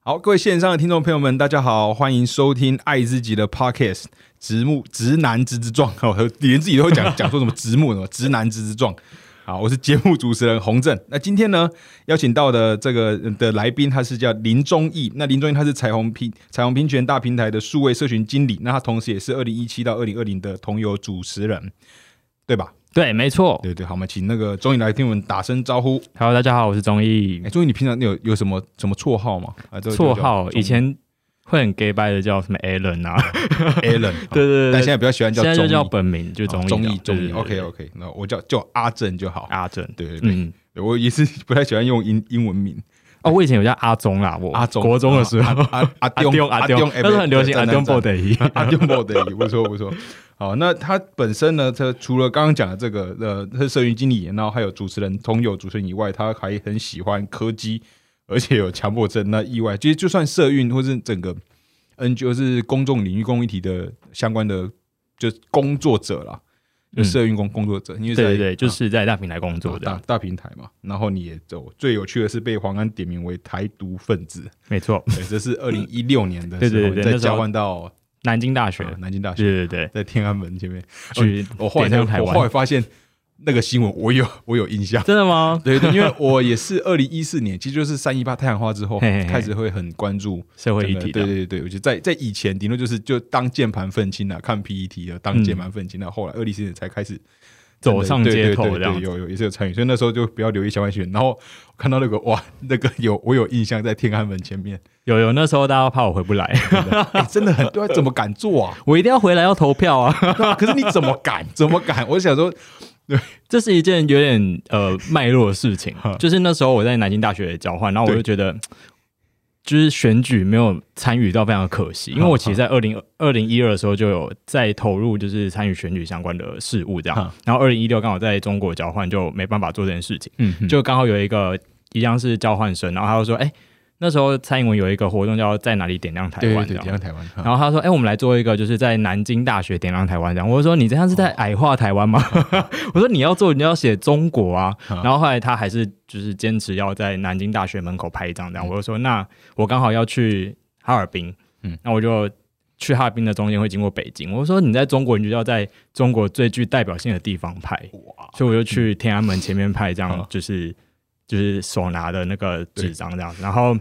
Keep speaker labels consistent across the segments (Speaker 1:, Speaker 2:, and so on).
Speaker 1: 好，各位线上的听众朋友们，大家好，欢迎收听爱自己的 Podcast 直木直男直直撞， 我连自己都会 讲讲说什么直木什么直男直直撞。好，我是节目主持人洪正。那今天呢，邀请到的这个呃的来宾，他是叫林忠义。那林忠义他是彩虹平彩虹平权大平台的数位社群经理，那他同时也是二零一七到二零二零的同游主持人，对吧？
Speaker 2: 对，没错。
Speaker 1: 对对，好，我们请那个钟义来听我们打声招呼。
Speaker 2: Hello，大家好，我是钟毅
Speaker 1: 哎，。钟义，你平常有有什么什么绰号吗？啊，这个就
Speaker 2: 绰
Speaker 1: 叫
Speaker 2: 号
Speaker 1: 钟
Speaker 2: 以前会很 gay 掰的叫什么 Alan 啊，
Speaker 1: Alan，
Speaker 2: 对对对
Speaker 1: 但现在比较喜欢叫
Speaker 2: 现在就
Speaker 1: 钟
Speaker 2: 叫
Speaker 1: 义
Speaker 2: 本名，就
Speaker 1: 哦
Speaker 2: 钟
Speaker 1: 钟
Speaker 2: 毅
Speaker 1: 义
Speaker 2: 啊。
Speaker 1: 钟义
Speaker 2: 对对
Speaker 1: ，OK
Speaker 2: 对
Speaker 1: OK，那我叫叫阿正就好。
Speaker 2: 阿正。
Speaker 1: 对对对，
Speaker 2: 嗯，
Speaker 1: 我也是不太喜欢用英英文名，
Speaker 2: 哦，我以前有叫阿忠啦，我
Speaker 1: 阿忠啊
Speaker 2: 哦国中的时候，
Speaker 1: 阿阿哎
Speaker 2: 阿丢
Speaker 1: 丢
Speaker 2: 阿
Speaker 1: 丢
Speaker 2: 丢，，那时候很流行阿丢 b
Speaker 1: 波
Speaker 2: o d
Speaker 1: 阿丢波的，不错不错。好，那他本身呢，他除了刚刚讲的这个呃，他是社群经理，然后还有主持人、通有主持人以外，他还很喜欢柯基，而且有强迫症。那意外，其实就算社运或是整个 NGO 是公众领域公益体的相关的，就是工作者啦，就
Speaker 2: 嗯
Speaker 1: 社运工工作者，因为
Speaker 2: 对对
Speaker 1: 在
Speaker 2: 对，就
Speaker 1: 啊
Speaker 2: 是在大平台工作
Speaker 1: 大
Speaker 2: 的，
Speaker 1: 大平台嘛。然后你也走，最有趣的是被黄安点名为台独分子，
Speaker 2: 没错。
Speaker 1: 对，这是二零一六年的
Speaker 2: 对对
Speaker 1: 时候，
Speaker 2: 对对
Speaker 1: 再
Speaker 2: 那时候
Speaker 1: 交换到
Speaker 2: 南京大学
Speaker 1: 呃，南京大学，
Speaker 2: 对对对，
Speaker 1: 在天安门前面。
Speaker 2: 去
Speaker 1: 我后来才
Speaker 2: 点亮台
Speaker 1: 我后来
Speaker 2: 湾，
Speaker 1: 发现那个新闻，我有我有印象。
Speaker 2: 真的 吗？
Speaker 1: 对对，因为我也是二零一四年，其实就是三一八太阳花之后
Speaker 2: 嘿嘿嘿
Speaker 1: 开始会很关注
Speaker 2: 社会
Speaker 1: 整
Speaker 2: 议
Speaker 1: 个
Speaker 2: 题
Speaker 1: 对
Speaker 2: 的，
Speaker 1: 对对，我觉得在在以前顶多就是就当键盘愤青啊，看 PET 啊，当键盘愤青啊。后来二零一四年才开始
Speaker 2: 走上街头
Speaker 1: 对对对
Speaker 2: 这
Speaker 1: 对
Speaker 2: 样
Speaker 1: 对
Speaker 2: 子。
Speaker 1: 有有也是有参与，所以那时候就比较留意相关新闻。然后我看到那个哇，那个有我有印象，在天安门前面，
Speaker 2: 有有，那时候大家怕我回不来，
Speaker 1: 哎真的很对啊，怎么敢做啊？
Speaker 2: 我一定要回来要投票啊。
Speaker 1: 对啊可是你怎么敢？怎么敢？我想说，
Speaker 2: 这是一件有点呃脉络的事情
Speaker 1: 哈，
Speaker 2: 就是那时候我在南京大学交换，然后我
Speaker 1: 对
Speaker 2: 就觉得，就是选举没有参与到非常的可惜，因为我其实，在二零二零一二的时候就有在投入，就是参与选举相关的事务这
Speaker 1: 哈
Speaker 2: 样，然后二零一六刚好在中国交换，就没办法做这件事情，
Speaker 1: 嗯，就
Speaker 2: 就刚好有一个一样是交换生，然后他就说，哎、那时候蔡英文有一个活动叫在哪里点亮台
Speaker 1: 对对
Speaker 2: 湾，
Speaker 1: 对，
Speaker 2: 这
Speaker 1: 点
Speaker 2: 样
Speaker 1: 亮台湾，哈
Speaker 2: 然后他说：“哎、我们来做一个，就是在南京大学点亮台湾这样。”我就说：“你这样是在矮化台湾吗？” 我说：“你要做，你要写中国啊。”
Speaker 1: 好
Speaker 2: 然后后来他还是就是坚持要在南京大学门口拍一张这样。我就说：“那我刚好要去哈尔滨，
Speaker 1: 嗯
Speaker 2: 嗯，那我就去哈尔滨的中间会经过北京。”我说：“你在中国，你就要在中国最具代表性的地方拍。”
Speaker 1: 哇，
Speaker 2: 所以我就去天安门前面拍这
Speaker 1: 嗯
Speaker 2: 样，就是就是手拿的那个纸张这样子，然后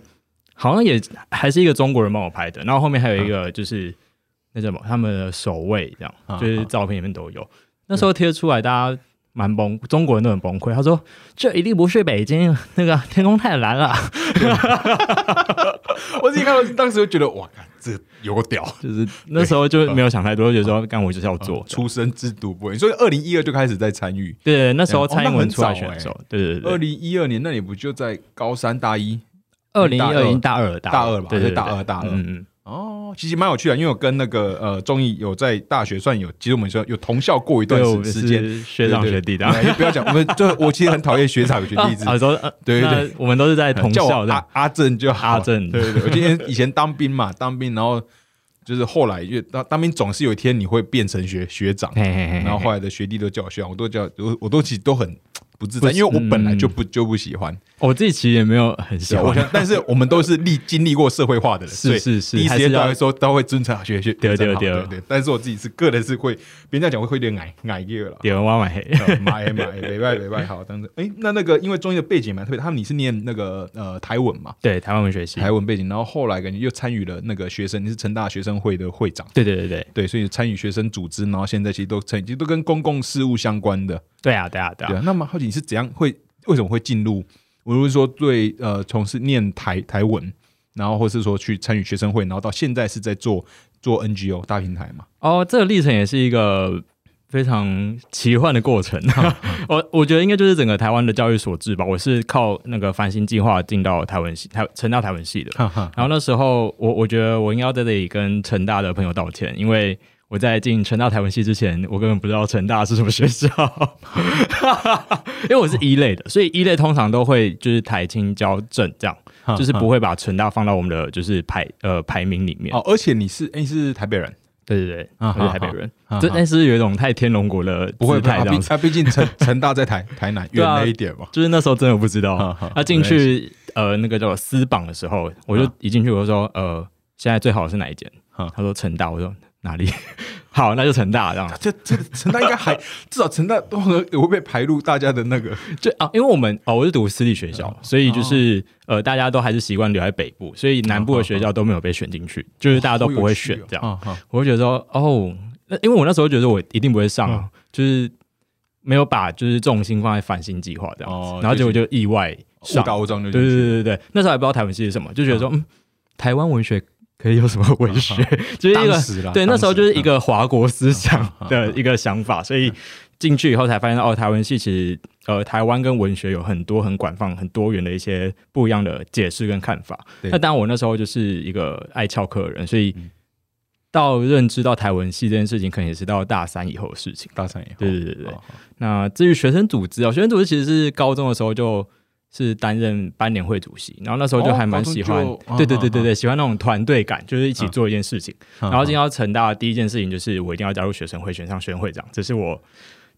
Speaker 2: 好像也还是一个中国人帮我拍的，然后后面还有一个就是那叫什么他们的守卫这样
Speaker 1: 嗯，
Speaker 2: 就是照片里面都有。那时候贴出来，大家蛮崩，中国人都很崩溃。他说：“这一定不是北京，那个天空太 蓝了。
Speaker 1: 我自己看到当时就觉得哇，干这有屌，”
Speaker 2: 就是那时候就没有想太多，就觉 得说干我就是要 做。
Speaker 1: 嗯出生之毒不会。所以二零一二就开始在参与，
Speaker 2: 对，那时候
Speaker 1: 哦
Speaker 2: 蔡
Speaker 1: 那
Speaker 2: 英文
Speaker 1: 很
Speaker 2: 出来
Speaker 1: 早
Speaker 2: 选的
Speaker 1: 欸
Speaker 2: 时候，对对
Speaker 1: 二
Speaker 2: 对，
Speaker 1: 零一二年那你不就在高三大一
Speaker 2: 二零一二
Speaker 1: 零
Speaker 2: 零大二
Speaker 1: 大二吧
Speaker 2: 对对
Speaker 1: 还是
Speaker 2: 对
Speaker 1: 大二大二
Speaker 2: 嗯嗯，
Speaker 1: 哦？其实蛮有趣的，因为我跟那个呃中艺有在大学算有，其实我们说有同校过一段
Speaker 2: 对，我们
Speaker 1: 时时间。
Speaker 2: 是学长
Speaker 1: 对
Speaker 2: 学弟的。
Speaker 1: 对对不要讲，我们就我其实很讨厌学长 学弟制，
Speaker 2: 啊，说
Speaker 1: 对对，
Speaker 2: 呃那我们都是在同
Speaker 1: 叫
Speaker 2: 校
Speaker 1: 我啊
Speaker 2: 的
Speaker 1: 阿，阿正就好。
Speaker 2: 阿正
Speaker 1: 对对对，我今天以前当兵嘛，当兵，然后就是后来越当当兵，总是有一天你会变成学学长，
Speaker 2: 嘿嘿嘿嘿，
Speaker 1: 然后后来的学弟都叫我学长，我都叫我我都其实都很不自在，
Speaker 2: 不是
Speaker 1: 因为我本来就不就不喜欢。
Speaker 2: 我自己其实也没有很喜
Speaker 1: 对，啊我
Speaker 2: 欢，
Speaker 1: 想，但是我们都是历经历过社会化的人，
Speaker 2: 是
Speaker 1: 所以
Speaker 2: 是是
Speaker 1: 第一时
Speaker 2: 还
Speaker 1: 间
Speaker 2: 是
Speaker 1: 都
Speaker 2: 要
Speaker 1: 会说都会尊称啊学学
Speaker 2: 对对
Speaker 1: 学长好
Speaker 2: 对
Speaker 1: 对对。但是我自己是个人是会，别人家讲会会有点矮矮热了。
Speaker 2: 点弯弯黑，
Speaker 1: 呃买买，北拜北拜，好，当时哎，那那个因为中医的背景蛮特别，他们你是念那个呃台文嘛，
Speaker 2: 对台湾文学系，
Speaker 1: 台文背景，然后后来感觉又参与了那个学生，你是成大学生会的会长，
Speaker 2: 对对对对
Speaker 1: 对，所以参与学生组织，然后现在其实都参与，其实都跟公共事务相关的，
Speaker 2: 对啊对啊对
Speaker 1: 对
Speaker 2: 啊，
Speaker 1: 啊，那么好奇你是怎样会为什么会进入？无论是说对呃从事念台台文，然后或是说去参与学生会，然后到现在是在做做 NGO 大平台嘛？
Speaker 2: 哦，这个历程也是一个。非常奇幻的过程，啊
Speaker 1: 嗯
Speaker 2: 我我觉得应该就是整个台湾的教育所致吧。我是靠那个繁星计划进到台文系，台成大台文系的。
Speaker 1: 哈哈，
Speaker 2: 然后那时候我我觉得我应该要在这里跟成大的朋友道歉，因为我在进成大台文系之前，我根本不知道成大是什么学校，因为我是一类的，所以一类通常都会就是台青交政这样，就是不会把成大放到我们的就是排呃排名里面。
Speaker 1: 哦，而且你是哎、你是台北人，
Speaker 2: 对对对，
Speaker 1: 啊
Speaker 2: 我
Speaker 1: 哈
Speaker 2: 是台北人
Speaker 1: 哈，
Speaker 2: 这
Speaker 1: 哈
Speaker 2: 但是有一种太天龙国的
Speaker 1: 不会
Speaker 2: 姿态
Speaker 1: 啊
Speaker 2: 这
Speaker 1: 毕
Speaker 2: 样子。
Speaker 1: 啊，毕竟成成大在台台南
Speaker 2: 对
Speaker 1: 远
Speaker 2: 啊
Speaker 1: 了一点嘛。
Speaker 2: 就是那时候真的不知道
Speaker 1: 哈哈，
Speaker 2: 啊进去呃那个叫做私榜的时候，我就一进去我就说呃，现在最好的是哪一间？
Speaker 1: 啊
Speaker 2: 他说成大，我说哪里？ 好，那就成大这样。
Speaker 1: 这这成大应该还至少成大都会会被排入大家的那个
Speaker 2: 就啊，因为我们哦，我是读私立学校，所以就是呃，大家都还是习惯留在北部，所以南部的学校都没有被选进去，就是大家都不会选这样。
Speaker 1: 样。啊
Speaker 2: 我会觉得说，哦，那因为我那时候觉得我一定不会上啊，就是没有把就是重心放在繁星计划这样子，
Speaker 1: 哦
Speaker 2: 然后结果就意外
Speaker 1: 误
Speaker 2: 上。
Speaker 1: 打误撞就
Speaker 2: 对对
Speaker 1: 进去
Speaker 2: 对对对，那时候还不知道台文系是什么，就觉得说，嗯，台湾文学可以有什么文学？ 就是一
Speaker 1: 嗯当
Speaker 2: 个
Speaker 1: 时啦
Speaker 2: 对，
Speaker 1: 当
Speaker 2: 那时候
Speaker 1: 时
Speaker 2: 就是一个华国思想
Speaker 1: 嗯
Speaker 2: 的一个想法，所以进去以后才发现到，哦，台湾系其实呃，台湾跟文学有很多很广泛、很多元的一些不一样的解释跟看法。
Speaker 1: 对嗯
Speaker 2: 那当然，我那时候就是一个爱翘课的人，所以到认知到台文系这件事情，可能也是到大三以后的事情。
Speaker 1: 大三以后，
Speaker 2: 对对对对对
Speaker 1: 哦，哦
Speaker 2: 那至于学生组织哦，学生组织其实是高中的时候就是担任班联会主席，然后那时候就还蛮喜欢，
Speaker 1: 哦高中就
Speaker 2: 对对对对对，喜欢那种团队感，就是一起做一件事情。
Speaker 1: 嗯
Speaker 2: 然后进到成大的第一件事情就是我一定要加入学生会，选上学生会长，这是我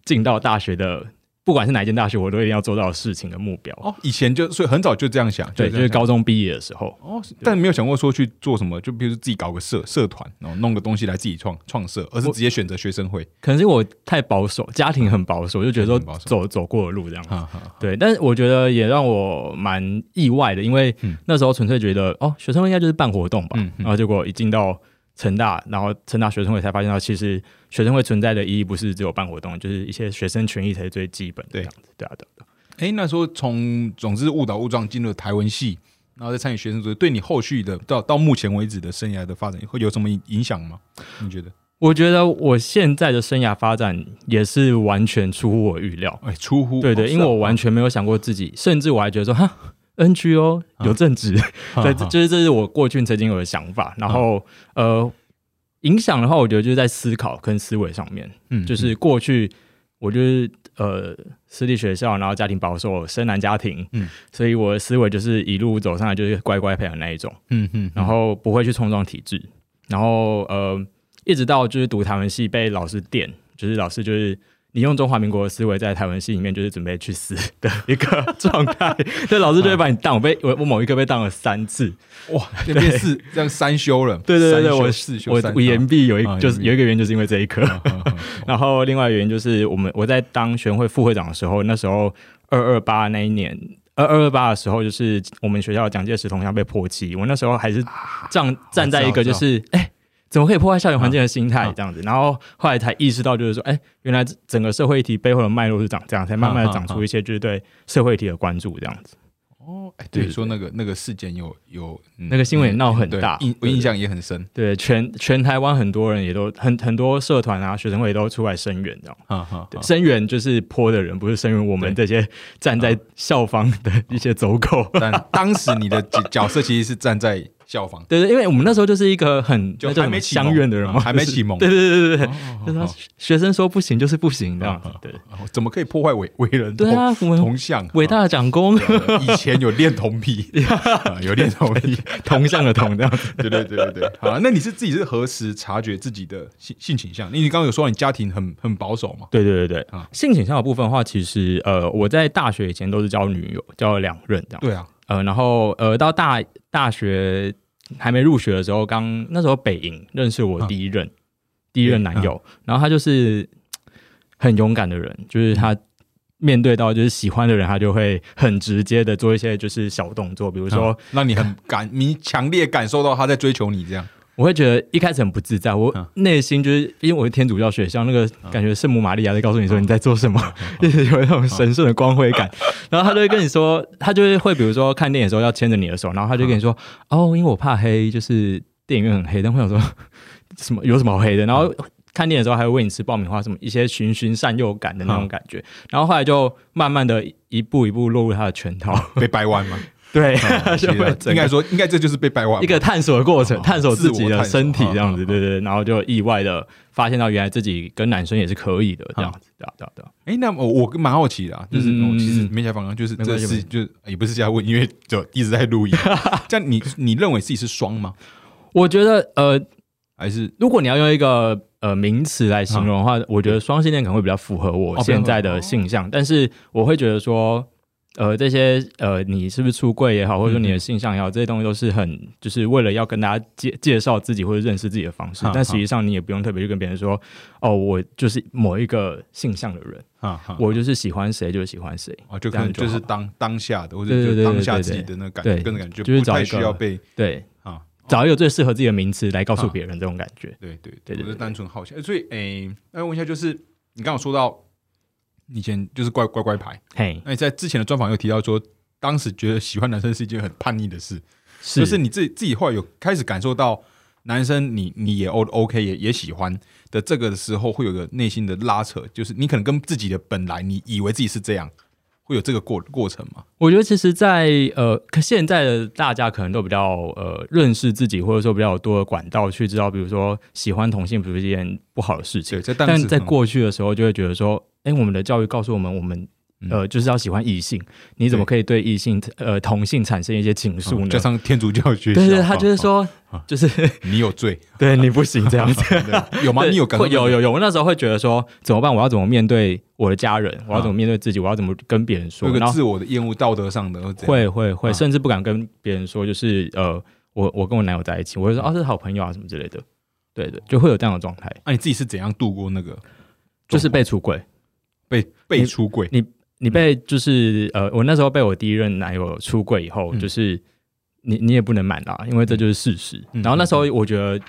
Speaker 2: 进到大学的，不管是哪一间大学，我都一定要做到的事情的目标。
Speaker 1: 哦，以前就所以很早就这样想，
Speaker 2: 对，
Speaker 1: 这
Speaker 2: 就
Speaker 1: 样
Speaker 2: 是
Speaker 1: 想
Speaker 2: 高中毕业的时候，
Speaker 1: 哦，但没有想过说去做什么，就比如说自己搞个社社团，然后弄个东西来自己创创社，而是直接选择学生会。
Speaker 2: 可能是我太保守，家庭很保守，就觉得说
Speaker 1: 家庭很保守
Speaker 2: 走走过的路这样子。
Speaker 1: 哈哈，
Speaker 2: 对，但是我觉得也让我蛮意外的，因为
Speaker 1: 嗯
Speaker 2: 那时候纯粹觉得哦，学生会应该就是办活动吧，
Speaker 1: 嗯嗯
Speaker 2: 然后结果一进到成大，然后成大学生会才发现到，其实学生会存在的意义不是只有办活动，就是一些学生权益才是最基本的这
Speaker 1: 对
Speaker 2: 样子，对啊，对啊
Speaker 1: 哎，那时候从总之误打误撞进入台文系，然后再参与学生组织，对你后续的到到目前为止的生涯的发展会有什么影响吗？你觉得？
Speaker 2: 我觉得我现在的生涯发展也是完全出乎我预料，
Speaker 1: 哎，出乎
Speaker 2: 对对，因为我完全没有想过自己，甚至我还觉得说哈。NGO
Speaker 1: 啊
Speaker 2: 有正职，
Speaker 1: 嗯
Speaker 2: 对，这就是这是我过去曾经有的想法。然后，呃，影响的话，我觉得就是在思考跟思维上面，
Speaker 1: 全
Speaker 2: 就是过去我就是呃私立学校，然后家庭保守，深蓝家庭，
Speaker 1: 嗯
Speaker 2: 所以我的思维就是一路走上来就是乖乖培养那一种，
Speaker 1: 嗯嗯，
Speaker 2: 然后不会去冲撞体制，然后呃，一直到就是读台文系被老师电，就是老师就是。你用中华民国的思维在台文系里面，就是准备去死的一个 状态，对老师就会把你当我被我我某一科被当了三次，
Speaker 1: 哇，那边是这样三修了，
Speaker 2: 对对对对，
Speaker 1: 三修
Speaker 2: 我
Speaker 1: 四修三
Speaker 2: 我我 延毕有一
Speaker 1: 啊
Speaker 2: 就是
Speaker 1: 延毕
Speaker 2: 有一个原因就是因为这一科，
Speaker 1: 啊啊啊
Speaker 2: 然后另外原因就是我们我在当学会副会长的时候，那时候二二八那一年。二二八的时候，就是我们学校蒋介石铜像被泼漆，我那时候还是站站在一
Speaker 1: 哦
Speaker 2: 个就是，哎、怎么可以破坏校园环境的心
Speaker 1: 啊
Speaker 2: 态这样子？然后后来才意识到，就是说，哎、原来整个社会议题背后的脉络是长这样，才慢慢的长出一些就是对社会议题的关注这样子。
Speaker 1: 哦，哎，
Speaker 2: 对
Speaker 1: 对，
Speaker 2: 对
Speaker 1: 说那个那个事件有有嗯
Speaker 2: 那个新闻也闹很大
Speaker 1: 印我
Speaker 2: 对
Speaker 1: 印象也很深
Speaker 2: 对，全全台湾很多人也都很很多社团啊、学生会都出来声援这样。
Speaker 1: 啊哈
Speaker 2: 对，声援就是泼的人，不是声援我们这些站
Speaker 1: 嗯
Speaker 2: 在校方的一些走狗。
Speaker 1: 但当时你的角角色其实是站在校方，
Speaker 2: 对对，因为我们那时候就是一个很
Speaker 1: 就
Speaker 2: 那叫
Speaker 1: 还
Speaker 2: 什
Speaker 1: 没
Speaker 2: 么
Speaker 1: 启蒙
Speaker 2: 相怨的人嘛，
Speaker 1: 啊还没
Speaker 2: 就是
Speaker 1: 启蒙
Speaker 2: 对对对对对，
Speaker 1: 哦
Speaker 2: 就是说学生说不行就是不行这样子
Speaker 1: 哦。
Speaker 2: 对
Speaker 1: 哦怎么可以破坏伟伟人
Speaker 2: 对啊，我们
Speaker 1: 铜像？
Speaker 2: 伟大的长工，
Speaker 1: 啊以前有恋童癖，啊有恋童癖，
Speaker 2: 同向的同这样 子。
Speaker 1: 对对对对对。好，那你是自己是何时察觉自己的性性倾向？因为你刚刚有说你家庭很很保守嘛，
Speaker 2: 对对对对
Speaker 1: 啊，
Speaker 2: 性倾向的部分的话，其实呃，我在大学以前都是交女友，交了两任这样。
Speaker 1: 对啊，
Speaker 2: 呃，然后呃，到大大学还没入学的时候，刚那时候北营认识我第一任、第一任男友，然后他就是嘖很勇敢的人，就是他面对到就是喜欢的人，他就会很直接的做一些就是小动作，比如说、
Speaker 1: 啊让你很感，你强烈感受到他在追求你这样。
Speaker 2: 我会觉得一开始很不自在，我
Speaker 1: 嗯
Speaker 2: 内心就是因为我是天主教学校，那个感觉圣母玛利亚在告诉你说你在做什么， 就是有那种神圣的光辉感。然后他就会跟你说，他就是会比如说看电影的时候要牵着你的手，然后他就跟你说，哦，因为我怕黑，就是电影院很黑，但会想说 什么有什么好黑的，然后。看电影的时候还会喂你吃爆米花，什么一些循循善诱感的那种感觉，然后后来就慢慢的一步一步落入他的圈套，
Speaker 1: 被掰弯 嘛，
Speaker 2: 对，
Speaker 1: 其
Speaker 2: 就
Speaker 1: 实
Speaker 2: 会
Speaker 1: 啊
Speaker 2: 整
Speaker 1: 应
Speaker 2: 个
Speaker 1: 该说，应该这就是被掰弯嘛
Speaker 2: 一个探索的过程
Speaker 1: 哦，
Speaker 2: 探索自己的身体
Speaker 1: 自我探索
Speaker 2: 这样
Speaker 1: 哦
Speaker 2: 子，
Speaker 1: 哦
Speaker 2: 对对对，然后就意外的发现到原来自己跟男生也是可以的这样子，对啊对啊对啊，
Speaker 1: 哎、那我我蛮好奇的、啊，就是、
Speaker 2: 嗯
Speaker 1: 我其实没采访，就是
Speaker 2: 没
Speaker 1: 这
Speaker 2: 关系
Speaker 1: 是就是也不是在问，因为就一直在录 音。这样你你认为自己是双吗？
Speaker 2: 我觉得呃，
Speaker 1: 还 是
Speaker 2: 如果你要用一个呃名词来形容的话，我觉得双性恋可能会比较符合我
Speaker 1: 哦
Speaker 2: 现在
Speaker 1: 比较符合
Speaker 2: 的性向，但是我会觉得说，呃这些呃你是不是出柜也好，或者说你的性向也好，这些东西都是很就是为了要跟大家介介绍自己或者认识自己的方式
Speaker 1: 哈，
Speaker 2: 但实际上你也不用特别去跟别人说哦，我就是某一个性向的人，
Speaker 1: 哈哈，
Speaker 2: 啊我就是喜欢谁就是喜欢谁，
Speaker 1: 哦，就可
Speaker 2: 这
Speaker 1: 能
Speaker 2: 样
Speaker 1: 就是
Speaker 2: 好
Speaker 1: 当当下的，或者
Speaker 2: 对对
Speaker 1: 就
Speaker 2: 对
Speaker 1: 当
Speaker 2: 对
Speaker 1: 下
Speaker 2: 对
Speaker 1: 自己
Speaker 2: 对
Speaker 1: 的那个感
Speaker 2: 对
Speaker 1: 跟着感觉，
Speaker 2: 就是
Speaker 1: 不
Speaker 2: 找
Speaker 1: 太
Speaker 2: 一
Speaker 1: 需
Speaker 2: 个
Speaker 1: 要被
Speaker 2: 对，
Speaker 1: 啊，
Speaker 2: 找一个最适合自己的名词来告诉
Speaker 1: 啊
Speaker 2: 别人这种感觉。
Speaker 1: 对对
Speaker 2: 对对
Speaker 1: 我是
Speaker 2: 对
Speaker 1: 单纯好奇。呃所以，诶，那问一下，就是你刚刚有说到你以前就是乖乖乖牌，
Speaker 2: 嘿，
Speaker 1: 那你在之前的专访有提到说，当时觉得喜欢男生是一件很叛逆的事，
Speaker 2: 是
Speaker 1: 就是你自己自己后来有开始感受到男生你你也 O OK 也也喜欢的这个的时候，会有个内心的拉扯，就是你可能跟自己的本来你以为自己是这样，会有这个过过程吗？
Speaker 2: 我觉得其实在，呃，可现在的大家可能都比较呃认识自己，或者说比较有多的管道去知道，比如说喜欢同性不是一件不好的事情
Speaker 1: 对，，在当
Speaker 2: 但
Speaker 1: 时
Speaker 2: 在
Speaker 1: 嗯
Speaker 2: 过去的时候就会觉得说，哎、我们的教育告诉我们，我们
Speaker 1: 嗯
Speaker 2: 呃就是要喜欢异性，你怎么可以对嗯异性呃同性产生一些情愫呢？
Speaker 1: 嗯加上天主教学校，
Speaker 2: 对对，他就是
Speaker 1: 哦，
Speaker 2: 说，就是
Speaker 1: 哦你有罪，
Speaker 2: 对你不行这样子。
Speaker 1: 有吗？
Speaker 2: 对
Speaker 1: 你有感受
Speaker 2: 会
Speaker 1: 到？
Speaker 2: 有有有，我那时候会觉得说怎么办？我要怎么面对我的家人？我要怎么面对自己？我要怎么跟别人
Speaker 1: 啊
Speaker 2: 说？
Speaker 1: 有
Speaker 2: 然
Speaker 1: 个
Speaker 2: 后
Speaker 1: 自我的厌恶，道德上的或者怎样
Speaker 2: 会会会，
Speaker 1: 啊
Speaker 2: 甚至不敢跟别人说，就是呃，我我跟我男友在一起，
Speaker 1: 嗯
Speaker 2: 我就说啊这是好朋友啊什么之类的，对对，就会有这样的状态，
Speaker 1: 那、啊你自己是怎样度过那个
Speaker 2: 就是被出轨，
Speaker 1: 被被出轨？
Speaker 2: 你
Speaker 1: 嗯
Speaker 2: 被就是呃，我那时候被我第一任男友出轨以后，
Speaker 1: 嗯
Speaker 2: 就是你你也不能瞒啦，因为这就是事实。
Speaker 1: 嗯
Speaker 2: 然后那时候我觉得，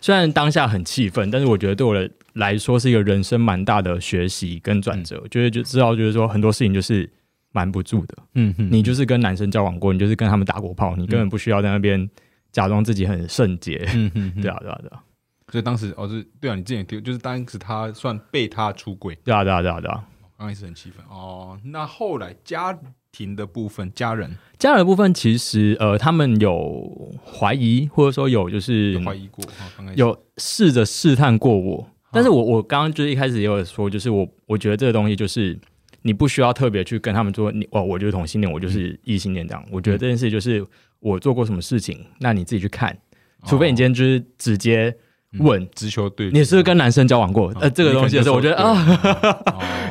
Speaker 2: 虽然当下很气愤，但是我觉得对我的来说是一个人生蛮大的学习跟转
Speaker 1: 嗯
Speaker 2: 折，就是就知道就是说很多事情就是瞒不住的，
Speaker 1: 嗯哼
Speaker 2: 你就是跟男生交往过，你就是跟他们打过炮，你根本不需要在那边假装自己很圣洁。
Speaker 1: 嗯哼
Speaker 2: 对
Speaker 1: 对啊。
Speaker 2: 啊，对啊，对啊，
Speaker 1: 所以当时哦，是对啊，你之前也提，就是当时他算被他出轨，
Speaker 2: 对啊，对啊，对啊，对啊。
Speaker 1: 刚开始很气愤哦。那后来家庭的部分，家人
Speaker 2: 家人的部分其实呃，他们有怀疑，或者说有就是
Speaker 1: 有怀疑过啊，刚开始
Speaker 2: 有试着试探过我，但是我我刚刚就是一开始也有说，就是我我觉得这个东西就是你不需要特别去跟他们说你哦，我就是同性恋，我就是异性恋这样。
Speaker 1: 嗯
Speaker 2: 我觉得这件事就是我做过什么事情，那你自己去看，
Speaker 1: 哦
Speaker 2: 除非你今天就是直接问、
Speaker 1: 直球对决，
Speaker 2: 你是不是跟男生交往过，
Speaker 1: 嗯哦
Speaker 2: 呃，这个东西的时候，我觉得啊，，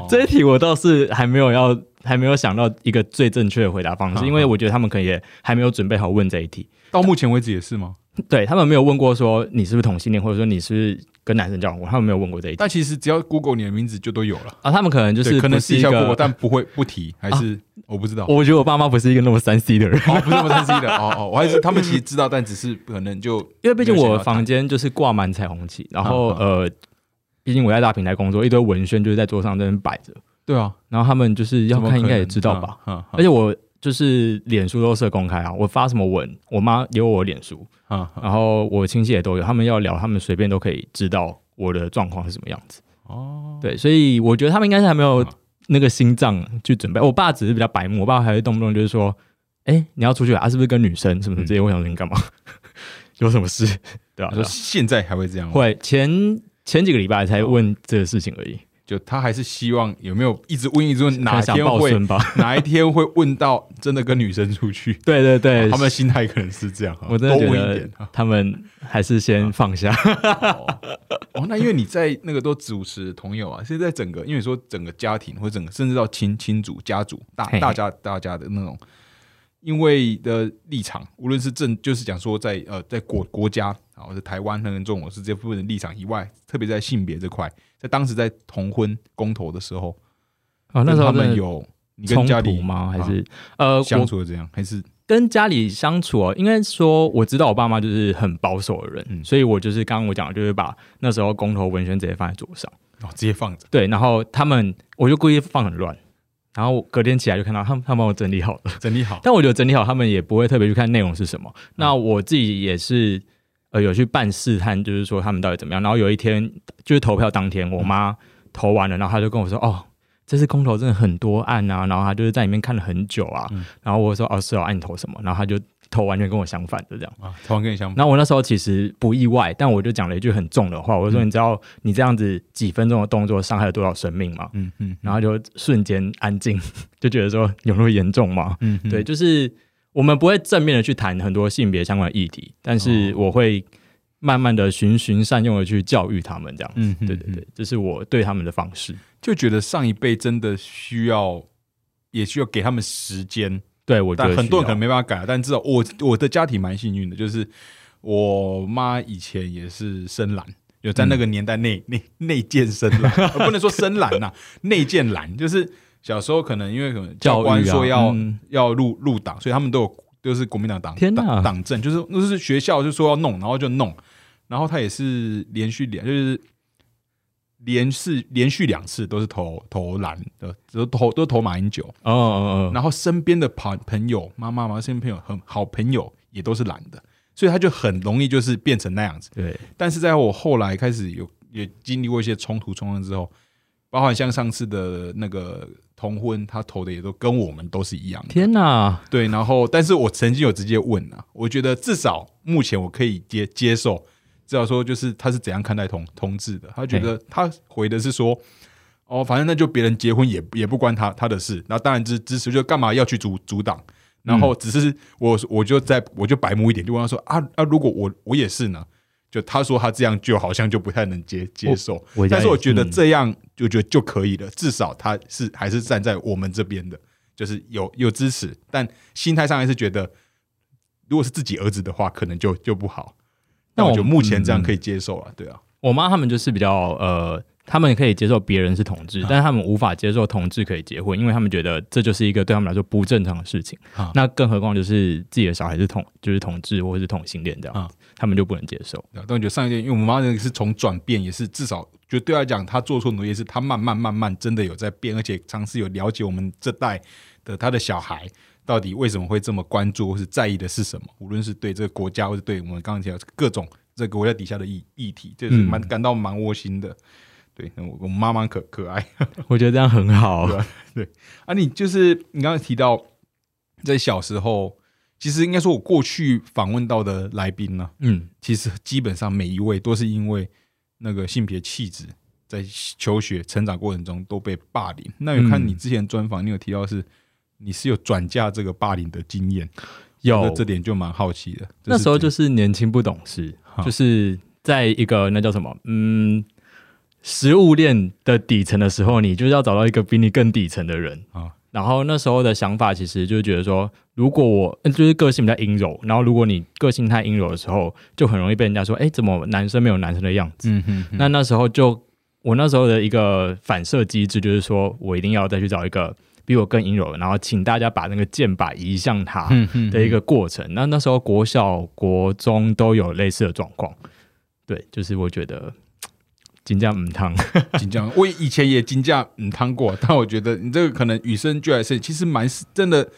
Speaker 1: 这
Speaker 2: 这一题我倒是还没有要，还没有想到一个最正确的回答方
Speaker 1: 嗯
Speaker 2: 式，因为我觉得他们可能也还没有准备好问这一题。
Speaker 1: 到目前为止也是吗？
Speaker 2: 对他们没有问过说你是不是同性恋，或者说你是不是跟男生交往过，他们没有问过这一题。
Speaker 1: 但其实只要 Google 你的名字就都有了，
Speaker 2: 啊，他们可能就是
Speaker 1: 对可能
Speaker 2: 不
Speaker 1: 试
Speaker 2: 是
Speaker 1: 一
Speaker 2: 一
Speaker 1: 下
Speaker 2: 个，啊
Speaker 1: Google，但不会不提，还是我不知道。
Speaker 2: 我觉得我爸妈不是一个那么三 C 的人，
Speaker 1: 哦，不是我三 C 的，哦哦，我还是他们其实知道，但只是可能就
Speaker 2: 因为毕竟
Speaker 1: 没有想
Speaker 2: 我
Speaker 1: 到
Speaker 2: 房间就是挂满彩虹旗，然后
Speaker 1: 啊
Speaker 2: 呃，毕竟我在大平台工作，一堆文宣就是在桌上在那边摆着，
Speaker 1: 对啊，
Speaker 2: 然后他们就是要看应该也知道吧，
Speaker 1: 嗯？
Speaker 2: 而且我。就是脸书都设公开啊，我发什么文，我妈有我脸书，
Speaker 1: 嗯嗯
Speaker 2: 然后我亲戚也都有，他们要聊，他们随便都可以知道我的状况是什么样子。
Speaker 1: 哦，
Speaker 2: 对，所以我觉得他们应该是还没有
Speaker 1: 啊
Speaker 2: 那个心脏去准备。我爸只是比较白目，我爸还会动不动就是说：“哎、你要出去玩啊？是不是跟女生什么什么
Speaker 1: 嗯
Speaker 2: 这些？”我想说你干嘛？ 有什么事？对吧、
Speaker 1: 他
Speaker 2: 对
Speaker 1: 说
Speaker 2: 啊？
Speaker 1: 现在还会这样吗？
Speaker 2: 会前前几个礼拜
Speaker 1: 哦
Speaker 2: 才问这个事情而已，
Speaker 1: 就他还是希望有没有一直问一直问，哪
Speaker 2: 想
Speaker 1: 天
Speaker 2: 抱
Speaker 1: 会
Speaker 2: 孙吧？
Speaker 1: 哪一天会问到真的跟女生出去？
Speaker 2: 对对对，
Speaker 1: 哦他们的心态可能是这样，
Speaker 2: 呃我真的
Speaker 1: 多
Speaker 2: 觉
Speaker 1: 问一点啊
Speaker 2: 得。他们还是先 放下。
Speaker 1: 哦，哦那因为你在那个都主持同友啊，现在整个因为说整个家庭或者整个甚至到亲亲族、家族、大
Speaker 2: 嘿
Speaker 1: 大家大家的那种，因为的立场，无论是政就是讲说在呃在国国家啊，或者台湾跟中国是这部分的立场以外，特别在性别这块，在当时在同婚公投的时候，
Speaker 2: 啊，那时候
Speaker 1: 他们
Speaker 2: 真的
Speaker 1: 有你跟
Speaker 2: 冲
Speaker 1: 家
Speaker 2: 突
Speaker 1: 里啊
Speaker 2: 吗？还是、呃，
Speaker 1: 相
Speaker 2: 我
Speaker 1: 处的这样，还是
Speaker 2: 跟家里相处哦，应该说我知道我爸妈就是很保守的人，
Speaker 1: 嗯
Speaker 2: 所以我就是刚刚我讲的，就是把那时候公投文宣直接放在桌上，
Speaker 1: 哦直接放着，
Speaker 2: 对，然后他们我就故意放很乱，然后隔天起来就看到他们他们帮我整理好了，
Speaker 1: 整理好。
Speaker 2: 但我觉得整理好他们也不会特别去看内容是什么。那
Speaker 1: 嗯
Speaker 2: 我自己也是呃有去办试探，就是说他们到底怎么样。然后有一天就是投票当天，我
Speaker 1: 嗯
Speaker 2: 妈投完了，然后她就跟我说哦。这次公投真的很多案啊，然后她就是在里面看了很久啊，
Speaker 1: 嗯
Speaker 2: 然后我说哦是哦，按、你投什么？然后她就投完全跟我相反的这样。
Speaker 1: 啊，突然跟你相反，
Speaker 2: 然后我那时候其实不意外，但我就讲了一句很重的话，我
Speaker 1: 嗯
Speaker 2: 就说：“你知道你这样子几分钟的动作伤害了多少生命吗
Speaker 1: 嗯嗯？”，
Speaker 2: 然后就瞬间安静， 就觉得说有那么严重吗？
Speaker 1: 嗯，嗯
Speaker 2: 对，，就是我们不会正面的去谈很多性别相关的议题，但是
Speaker 1: 哦
Speaker 2: 我会慢慢的循循善诱的去教育他们，这样。
Speaker 1: 嗯，嗯
Speaker 2: 对对，对，这是我对他们的方式。
Speaker 1: 就觉得上一辈真的需要也需要给他们时间。
Speaker 2: 对我觉
Speaker 1: 但
Speaker 2: 得
Speaker 1: 很多人
Speaker 2: 需
Speaker 1: 可
Speaker 2: 要
Speaker 1: 能没办法改，但至少我我的家庭蛮幸运的，就是我妈以前也是深蓝，有在那个年代 内内内建深蓝，呃不能说深蓝呐、 内建蓝，就是小时候可能因为可能教
Speaker 2: 教
Speaker 1: 官
Speaker 2: 育啊
Speaker 1: 说要、
Speaker 2: 嗯
Speaker 1: 要入入党，所以他们都有就是国民党党
Speaker 2: 天哪
Speaker 1: 党党政，就是那就是学校就说要弄，然后就弄，然后他也是连续两就是。连是连续两次都是投投蓝的，都投都投马英九，
Speaker 2: 哦哦哦，
Speaker 1: 然后身边的朋朋友、妈妈嘛，身边朋友很好朋友也都是懒的，所以他就很容易就是变成那样子。
Speaker 2: 对，
Speaker 1: 但是在我后来开始有也经历过一些冲突冲突之后，包含像上次的那个同婚，他投的也都跟我们都是一样的。
Speaker 2: 天哪，
Speaker 1: 对，然后但是我曾经有直接问啊，我觉得至少目前我可以接接受，至少说就是他是怎样看待同同志的，他觉得他回的是说。哦，反正那就别人结婚也也不关他他的事，那当然支支持，就干嘛要去阻阻挡？然
Speaker 2: 嗯
Speaker 1: 后只是我我就在我就白目一点，就问他说啊啊，如果我我也是呢？就他说他这样就好像就不太能接接受
Speaker 2: 我，家
Speaker 1: 但是
Speaker 2: 也
Speaker 1: 我觉得
Speaker 2: 嗯
Speaker 1: 这样就觉得就可以了，至少他是还是站在我们这边的，就是有有支持，但心态上还是觉得，如果是自己儿子的话，可能就就不好。那
Speaker 2: 那我
Speaker 1: 我觉得目前这样
Speaker 2: 嗯
Speaker 1: 可以接受了，对啊，
Speaker 2: 我妈他们就是比较呃。他们可以接受别人是同
Speaker 1: 啊
Speaker 2: 志，但是他们无法接受同志可以结婚，因为他们觉得这就是一个对他们来说不正常的事情。
Speaker 1: 啊
Speaker 2: 那更何况就是自己的小孩是同就是同志或者是同性恋这
Speaker 1: 啊
Speaker 2: 样子，他们就不能接受。
Speaker 1: 对啊但我觉得上一届，因为我们妈那个是从转变，也是至少就对她来讲，她做出的努力是她慢慢慢慢真的有在变，而且尝试有了解我们这代的她的小孩到底为什么会这么关注或是在意的是什么，无论是对这个国家，或是对我们刚才讲的各种这个国家底下的议议题，这是蛮感到蛮窝心的。对，那我我妈妈可可爱。
Speaker 2: 我觉得这样很好。
Speaker 1: 对啊，你就是你刚刚提到，在小时候，其实应该说，我过去访问到的来宾呢、
Speaker 2: 嗯，
Speaker 1: 其实基本上每一位都是因为那个性别气质，在求学成长过程中都被霸凌。那有看
Speaker 2: 嗯
Speaker 1: 你之前专访，你有提到是你是有转嫁这个霸凌的经验，
Speaker 2: 有
Speaker 1: 那这点就蛮好奇的。
Speaker 2: 那时候就是是年轻不懂事
Speaker 1: 好，
Speaker 2: 就是在一个那叫什么，嗯，食物链的底层的时候，你就是要找到一个比你更底层的人
Speaker 1: 好
Speaker 2: 然后那时候的想法其实就是觉得说，如果我呃就是个性比较阴柔，然后如果你个性太阴柔的时候，就很容易被人家说，哎、怎么男生没有男生的样子？
Speaker 1: 嗯哼哼，
Speaker 2: 那那时候就我那时候的一个反射机制就是说我一定要再去找一个比我更阴柔的，然后请大家把那个箭靶移向他。
Speaker 1: 嗯哼
Speaker 2: 的一个过程。那那时候国小、国中都有类似的状况，对，就是我觉得金匠母汤，
Speaker 1: 金匠，我以前也金匠嗯汤过，但我觉得你这个可能与生俱来是，其实蛮真的，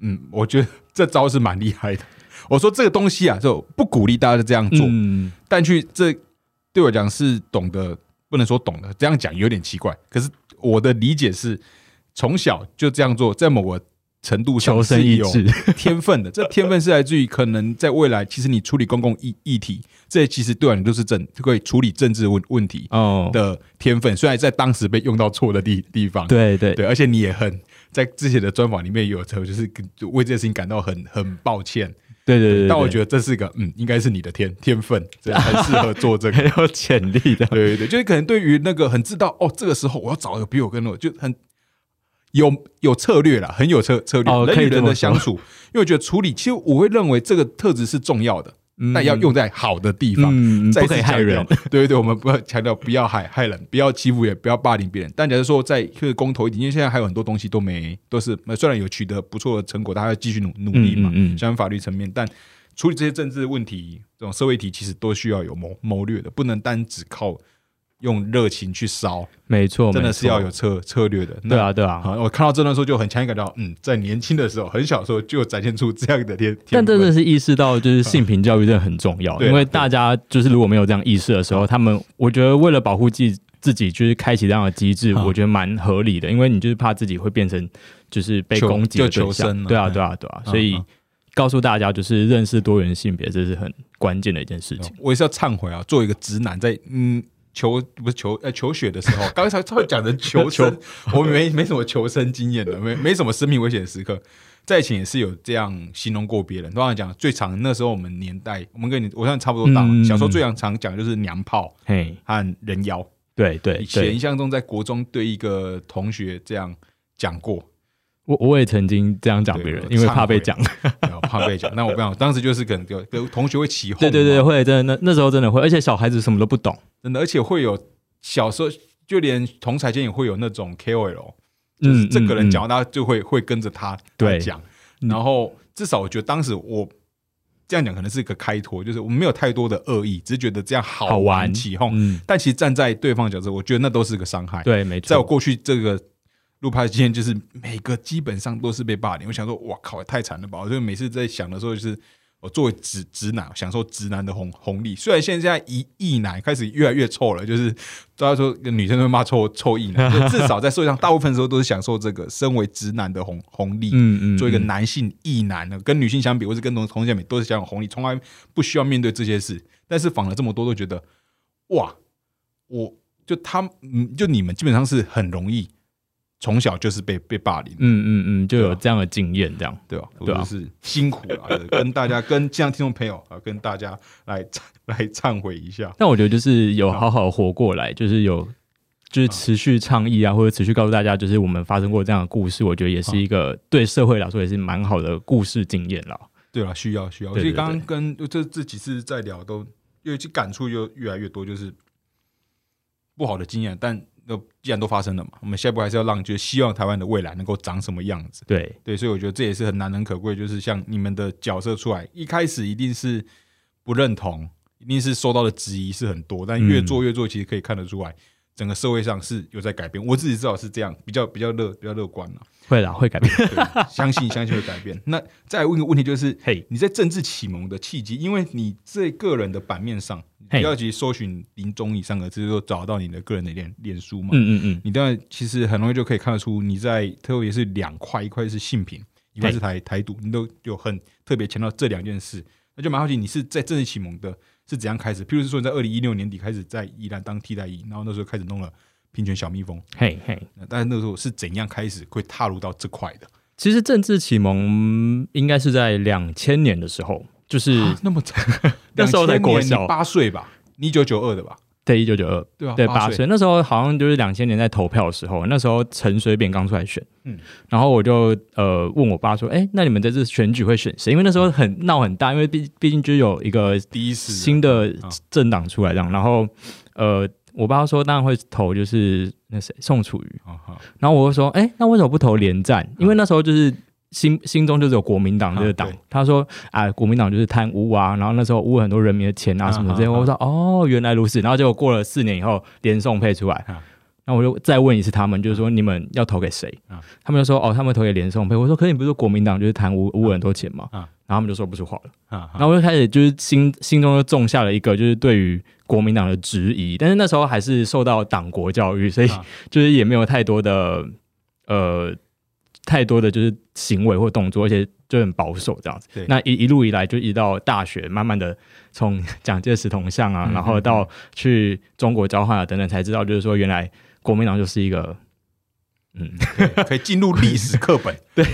Speaker 1: 嗯，我觉得这招是蛮厉害的。我说这个东西啊，就不鼓励大家这样做，
Speaker 2: 嗯，
Speaker 1: 但去这对我讲是懂得，不能说懂得，这样讲有点奇怪。可是我的理解是，从小就这样做，在某个程度上
Speaker 2: 求生
Speaker 1: 是
Speaker 2: 意
Speaker 1: 有
Speaker 2: 志，
Speaker 1: 天分的，这天分是来自于可能在未来，其实你处理公共议议题，这其实对我来讲啊都是政，可以处理政治问问题。
Speaker 2: 哦，
Speaker 1: 的天分，虽然在当时被用到错的地地方，
Speaker 2: 对对
Speaker 1: 对，而且你也很在之前的专访里面也有曾就是跟就为这件事情感到很很抱歉，
Speaker 2: 对对对，
Speaker 1: 但我
Speaker 2: 得
Speaker 1: 觉得这是个嗯，应该是你的天天分，这很适合做 这个。
Speaker 2: 很有潜力的，
Speaker 1: 对对对，就是可能对于那个很知道哦，这个时候我要找一个比我更弱，就很有有策略啦，很有策策略，
Speaker 2: 哦
Speaker 1: 人
Speaker 2: 可以
Speaker 1: 与人
Speaker 2: 这么
Speaker 1: 的相处，因为我觉得处理，其实我会认为这个特质是重要的，但要用在好的地方。
Speaker 2: 嗯，
Speaker 1: 再
Speaker 2: 不
Speaker 1: 次
Speaker 2: 可以害
Speaker 1: 强调
Speaker 2: 人，
Speaker 1: 对对对，我们不要强调不要害害人，不要欺负人，不要霸凌别人。但假如说在这个公投一点，因为现在还有很多东西都没都是呃虽然有取得不错的成果，大家要继续努努力嘛，
Speaker 2: 嗯嗯嗯
Speaker 1: 相关法律层面，但处理这些政治问题、这种社会议题，其实都需要有谋谋略的，不能单只靠用热情去烧，
Speaker 2: 没错，
Speaker 1: 真的
Speaker 2: 没
Speaker 1: 是要
Speaker 2: 错
Speaker 1: 有策策略的。那
Speaker 2: 对啊对啊。
Speaker 1: 好，我看到这段时候就很强烈感到，嗯，在年轻的时候，很小的时候就展现出这样的天，
Speaker 2: 但
Speaker 1: 这
Speaker 2: 真的是意识到，就是性平教育真的很重要，
Speaker 1: 嗯对啊嗯
Speaker 2: 因为大家就是如果没有这样意识的时候，他们我觉得为了保护自己自己，就是开启这样的机制，
Speaker 1: 啊
Speaker 2: 我觉得蛮合理的，因为你就是怕自己会变成就是被
Speaker 1: 求
Speaker 2: 攻击的
Speaker 1: 就求
Speaker 2: 对象
Speaker 1: 生，了
Speaker 2: 对啊，
Speaker 1: 嗯
Speaker 2: 对啊，对啊，
Speaker 1: 嗯
Speaker 2: 所以
Speaker 1: 嗯
Speaker 2: 告诉大家，就是认识多元性别，这是很关键的一件事情。
Speaker 1: 我也是要忏悔啊，做一个直男在嗯。求不是求呃求雪的时候， 刚才他讲的求生，我没没什么求生经验的，没没什么生命危险的时刻，在以前也是有这样形容过别人。通常讲最常那时候我们年代，我们跟你我算差不多大嘛，
Speaker 2: 嗯
Speaker 1: 小时候最常常讲就是娘炮
Speaker 2: 嘿，
Speaker 1: 和人妖。
Speaker 2: 哎对对
Speaker 1: 嗯以前
Speaker 2: 对
Speaker 1: 印，象中在国中对一个同学这样讲过，
Speaker 2: 我我也曾经这样讲别人，
Speaker 1: 对
Speaker 2: 因为怕被
Speaker 1: 忏悔
Speaker 2: 讲。
Speaker 1: 然后怕被讲。那我不想，当时就是可能有有同学会起哄，
Speaker 2: 对对对，，会真的那那时候真的会，而且小孩子什么都不懂。
Speaker 1: 真的，而且会有小时候就连同财间也会有那种 KOL，就
Speaker 2: 嗯
Speaker 1: 是这个人
Speaker 2: 嗯
Speaker 1: 讲，大家就会会跟着他
Speaker 2: 对
Speaker 1: 来讲。然后至少我觉得当时我这样讲可能是一个开脱，就是我没有太多的恶意，只是觉得这样好
Speaker 2: 好玩
Speaker 1: 起哄。
Speaker 2: 嗯，
Speaker 1: 但其实站在对方的角色，我觉得那都是个伤害。
Speaker 2: 对，没
Speaker 1: 哎在我
Speaker 2: 错，
Speaker 1: 过去这个录拍经验，就是每个基本上都是被霸凌。我想说，哇靠，太惨了吧！我就每次在想的时候，就是我作为直直男，享受直男的红红利。虽然现在一异男开始越来越臭了，就是大家说呃女生都骂臭臭异 男，就至少在社会上大部分时候都是享受这个身为直男的红红利。
Speaker 2: 嗯嗯，
Speaker 1: 做一个
Speaker 2: 嗯
Speaker 1: 男性异男呢，跟女性相比，或是跟同同性相比，都是享有红利，从来不需要面对这些事。但是访了这么多，都觉得哇，我就他们，嗯就你们基本上是很容易从小就是被被霸凌，
Speaker 2: 嗯嗯嗯，就有
Speaker 1: 啊
Speaker 2: 这样的经验，这样。
Speaker 1: 对吧？我
Speaker 2: 对啊
Speaker 1: 就是辛苦了、跟大家跟这样听众朋友啊，跟大家来忏来忏悔一下。
Speaker 2: 但我觉得就是有好嗯好活过来，就是有就是持续倡议啊，或者持续告诉大家，就是我们发生过这样的故事，我觉得也是一个对社会来说也是蛮好的故事经验啦。
Speaker 1: 对了，需要需要，
Speaker 2: 对
Speaker 1: 所以
Speaker 2: 对
Speaker 1: 刚刚跟这这几次在聊都，尤其感触又越来越多，就是不好的经验，但那既然都发生了嘛，我们下一步还是要让，就是希望台湾的未来能够长什么样子。
Speaker 2: 对，
Speaker 1: 对，所以我觉得这也是很难能可贵，就是像你们的角色出来，一开始一定是不认同，一定是受到的质疑是很多，但
Speaker 2: 嗯
Speaker 1: 越做越做，其实可以看得出来，整个社会上是有在改变。我自己至少是这样，比较比较乐比较乐观了、
Speaker 2: 会啦，会改变。
Speaker 1: 对，相信相信会改变。那再问一个问题，就是
Speaker 2: 嘿，
Speaker 1: 你在政治启蒙的契机，因为你这个人的版面上，
Speaker 2: 嘿
Speaker 1: 你要去搜寻林中义三个字，就找到你的个人的脸脸书嘛。
Speaker 2: 嗯嗯嗯，
Speaker 1: 你当然其实很容易就可以看得出，你在特别是两块，一块是性平，一块
Speaker 2: 嘿
Speaker 1: 是台台独，你都有很特别强调这两件事。那就蛮好奇，你是在政治启蒙的是怎样开始？譬如说，你在二零一六年底开始在宜兰当替代役，然后那时候开始弄了平权小蜜蜂，
Speaker 2: 嘿嘿。
Speaker 1: 那但是那时候是怎样开始会踏入到这块的？
Speaker 2: 其实政治启蒙应该是在两千年的时候，就是
Speaker 1: 啊那么早，
Speaker 2: 嗯那时候在国小
Speaker 1: 八岁吧，你一九九二的吧？
Speaker 2: 在一九九二
Speaker 1: 对啊，
Speaker 2: 对
Speaker 1: 八
Speaker 2: 哦八岁，那时候好像就是两千年在投票的时候，那时候陈水扁刚出来选，
Speaker 1: 嗯
Speaker 2: 然后我就呃问我爸说，哎、那你们这次选举会选谁？因为那时候很闹很大，因为毕毕竟就有一个
Speaker 1: 第一次
Speaker 2: 新的
Speaker 1: 啊
Speaker 2: 政党出来这样，然后呃我爸说当然会投就是那谁宋楚瑜，
Speaker 1: 啊哈
Speaker 2: 然后我就说，哎、那为什么不投连战？因为那时候就是心心中就是有国民党这个党
Speaker 1: 啊对，
Speaker 2: 他说啊，国民党就是贪污啊，然后那时候污很多人民的钱啊
Speaker 1: 啊
Speaker 2: 什么之类的。
Speaker 1: 啊啊
Speaker 2: 我说哦，原来如此。然后结果过了四年以后，连宋配出来
Speaker 1: 啊。
Speaker 2: 那我就再问一次他们，就是说你们要投给谁？
Speaker 1: 啊
Speaker 2: 他们就说哦，他们投给连宋配。我说可是你不是说国民党就是贪污污很多钱吗？
Speaker 1: 啊
Speaker 2: 然后他们就说不出话了。
Speaker 1: 啊哈
Speaker 2: 然后我就开始就是心心中就种下了一个就是对于国民党的质疑，但是那时候还是受到党国教育，所以
Speaker 1: 啊
Speaker 2: 就是也没有太多的呃太多的就是行为或动作，而且就很保守这样子
Speaker 1: 对。
Speaker 2: 那一一路以来就一到大学，慢慢的从蒋介石铜像啊，
Speaker 1: 嗯
Speaker 2: 然后到去中国交换啊等等，才知道就是说原来国民党就是一个嗯，
Speaker 1: 对可以进入历史课本，
Speaker 2: 对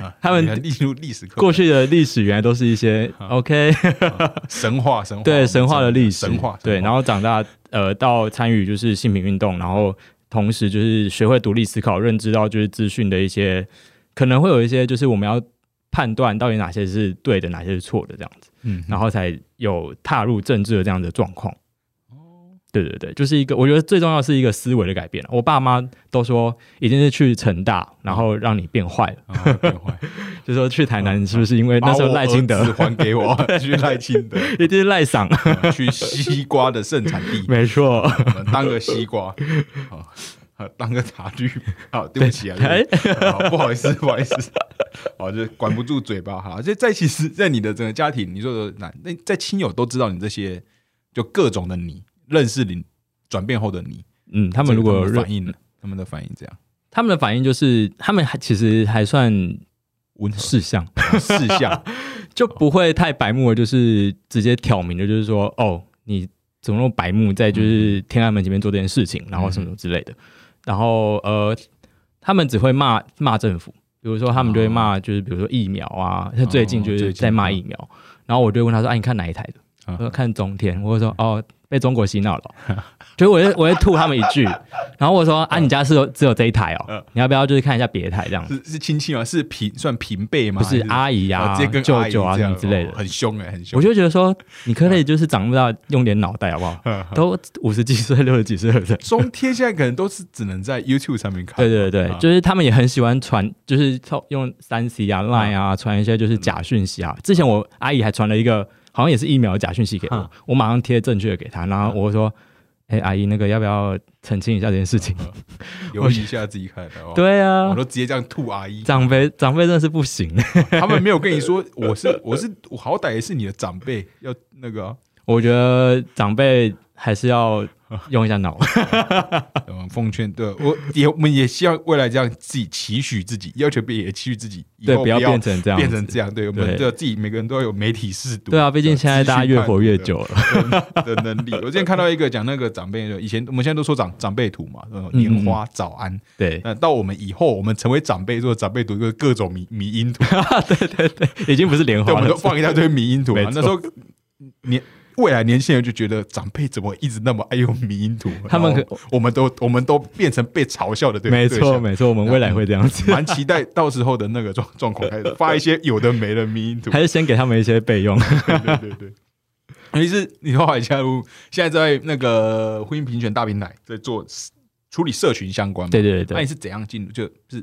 Speaker 1: 啊
Speaker 2: 他们
Speaker 1: 可以进入历史课
Speaker 2: 过
Speaker 1: 本，
Speaker 2: 去的历史原来都是一些
Speaker 1: 啊
Speaker 2: OK。
Speaker 1: 神话神话
Speaker 2: 对神话的历史，
Speaker 1: 哦神话
Speaker 2: 对，然
Speaker 1: 后
Speaker 2: 后长大呃到参与就是性平运动，然后同时就是学会独立思考，认知到就是资讯的一些可能会有一些就是我们要判断到底哪些是对的，哪些是错的这样子，
Speaker 1: 嗯
Speaker 2: 然后才有踏入政治的这样的状况。
Speaker 1: 嗯
Speaker 2: 对对对，就是一个，我觉得最重要是一个思维的改变。我爸妈都说，一定是去成大，然后让你变坏了，
Speaker 1: 啊变坏
Speaker 2: 就说去台南是不是因为那时候赖清
Speaker 1: 嗯把我儿子，
Speaker 2: 德
Speaker 1: 还给 我，去赖清德，
Speaker 2: 一定是赖嗓，
Speaker 1: 啊去西瓜的盛产地，
Speaker 2: 没错。
Speaker 1: 啊当个西瓜，啊啊当个茶 具，好，对不起啊，
Speaker 2: 哎
Speaker 1: 对不起好不好意思，不好意思，好，就管不住嘴巴，好，这在其实，在你的整个家庭，你说的那那在亲友都知道你这些，就各种的你认识你转变后的你，
Speaker 2: 嗯，他
Speaker 1: 他
Speaker 2: 们如果认
Speaker 1: 反应呢，他们的反应这样，
Speaker 2: 他们的反应就是，他们还其实还算
Speaker 1: 温和
Speaker 2: 识相，
Speaker 1: 事项，
Speaker 2: 就不会太白目，就是直接挑明的，就是说，哦，你怎么那么白目，在
Speaker 1: 嗯
Speaker 2: 就是天安门前面做这件事情，然后什么什么之类的。然后呃，他们只会骂骂政府，比如说他们就会骂，就是比如说疫苗啊，像最近就
Speaker 1: 哦最
Speaker 2: 是
Speaker 1: 近嗯
Speaker 2: 在骂疫苗。然后我就会问他说：“啊，你看哪一台的？我说看中天，我就说哦，被中国洗脑 了哦，所以我就我会吐他们一句，然后我说啊，你家是有只有这一台哦
Speaker 1: 嗯，
Speaker 2: 你要不要就是看一下别的台这样子？
Speaker 1: 是是亲戚吗？是平算平辈吗？
Speaker 2: 不是
Speaker 1: 还
Speaker 2: 阿姨啊
Speaker 1: 哦直接跟
Speaker 2: 舅
Speaker 1: 阿姨
Speaker 2: 舅啊
Speaker 1: 这样
Speaker 2: 什么之类的
Speaker 1: 哦很凶哎，很
Speaker 2: 我
Speaker 1: 凶。
Speaker 2: 就觉得说，你可以就是长不大，用点脑袋好不好？都五十几岁、六十几岁了，对
Speaker 1: 中天现在可能都是只能在 YouTube 上面看，
Speaker 2: 对对对
Speaker 1: 啊，
Speaker 2: 就是他们也很喜欢传，就是透用三 C 啊、Line 啊，传一些就是假讯息啊。之前我阿姨还传了一个，好像也是疫苗的假讯息给
Speaker 1: 嗯
Speaker 2: 我，我马上贴正确的给她，然后我说：“哎，阿姨，那个要不要澄清一下这件事情
Speaker 1: 留意一下自己看。好不？”好，
Speaker 2: 对
Speaker 1: 哦我
Speaker 2: 啊，
Speaker 1: 都直接这样吐阿姨，
Speaker 2: 长辈长辈真的是不行，
Speaker 1: 他们没有跟你说我 是我是我好歹也是你的长辈，要那个啊
Speaker 2: 我觉得长辈还是要用一下脑。
Speaker 1: 嗯，奉劝对我也我们也希望未来这样自己期许自己，要求别人也期许自己，以
Speaker 2: 对
Speaker 1: 后
Speaker 2: 不
Speaker 1: 要
Speaker 2: 要变成这样
Speaker 1: 变
Speaker 2: 子
Speaker 1: 成这样。对，我
Speaker 2: 对
Speaker 1: 们要自己每个人都要有媒体视读。
Speaker 2: 对啊，毕竟现在大家越活越久了。
Speaker 1: 的的能力。我之前看到一个讲那个长辈，以前我们现在都说长长辈图嘛，呃莲花早安。
Speaker 2: 嗯对，
Speaker 1: 那到我们以后，我们成为长辈之后，长辈图就是各种迷迷因 图，
Speaker 2: 已经不是莲
Speaker 1: 对，我
Speaker 2: 花
Speaker 1: 们
Speaker 2: 了
Speaker 1: 都。放一大堆迷因图嘛
Speaker 2: 没。错
Speaker 1: 那时候年未来年轻人就觉得长辈怎么一直那么爱用迷因图，
Speaker 2: 他们可
Speaker 1: 然后我们都我们都变成被嘲笑的对
Speaker 2: 没
Speaker 1: 对
Speaker 2: 错
Speaker 1: 象
Speaker 2: 没错，我们未来会这样子。
Speaker 1: 蛮期待到时候的那个状状况，开始发一些有的没的迷因图。
Speaker 2: 还是先给他们一些备用。
Speaker 1: 对对对对。尤其是你后来加入，现在在那个婚姻平权大平台在做处理社群相关嘛。
Speaker 2: 对对对
Speaker 1: 那
Speaker 2: 对
Speaker 1: 你，是怎样进入？就是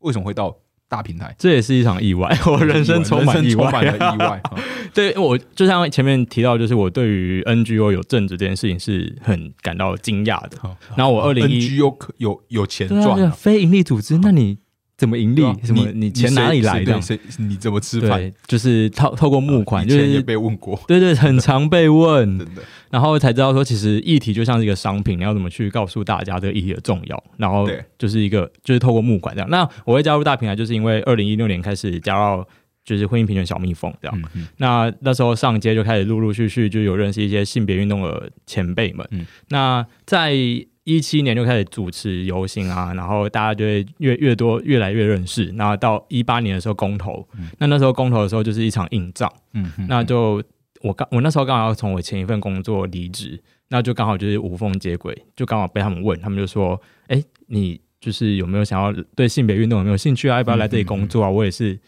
Speaker 1: 为什么会到大平台？
Speaker 2: 这也是一场 意外，我人生充满
Speaker 1: 人
Speaker 2: 意
Speaker 1: 生充
Speaker 2: 外。
Speaker 1: 满 了意外。啊
Speaker 2: 对，我就像前面提到，就是我对于 NGO 有政治这件事情是很感到惊讶的。
Speaker 1: 好
Speaker 2: 然后我二零一，
Speaker 1: NGO 可有有钱
Speaker 2: 对啊，
Speaker 1: 赚
Speaker 2: 对啊
Speaker 1: 啊，
Speaker 2: 非盈利组织，那你怎么盈利
Speaker 1: 对啊？
Speaker 2: 什么？你钱哪里来的？
Speaker 1: 谁谁谁你怎么吃饭？
Speaker 2: 对，就是透透过募款，
Speaker 1: 啊以
Speaker 2: 就
Speaker 1: 前也
Speaker 2: 是嗯
Speaker 1: 被问过，
Speaker 2: 对对，很常被问，
Speaker 1: 真的。
Speaker 2: 然后才知道说，其实议题就像是一个商品，你要怎么去告诉大家这个议题的重要，然后
Speaker 1: 对
Speaker 2: 就是一个就是透过募款这样。那我会加入大平台，就是因为二零一六年开始加到就是婚姻平权小蜜蜂这样。
Speaker 1: 嗯嗯
Speaker 2: 那那时候上街就开始陆陆续续就有认识一些性别运动的前辈们。
Speaker 1: 嗯
Speaker 2: 那在一七年就开始主持游行啊，然后大家就会越越多越来越认识。那到一八年的时候公投，那那时候公投的时候就是一场硬仗。
Speaker 1: 嗯嗯，
Speaker 2: 那就我刚我那时候刚好要从我前一份工作离职，那就刚好就是无缝接轨，就刚好被他们问，他们就说：“哎、你就是有没有想要对性别运动有没有兴趣啊？要不要来这里工
Speaker 1: 嗯
Speaker 2: 作啊？”我也是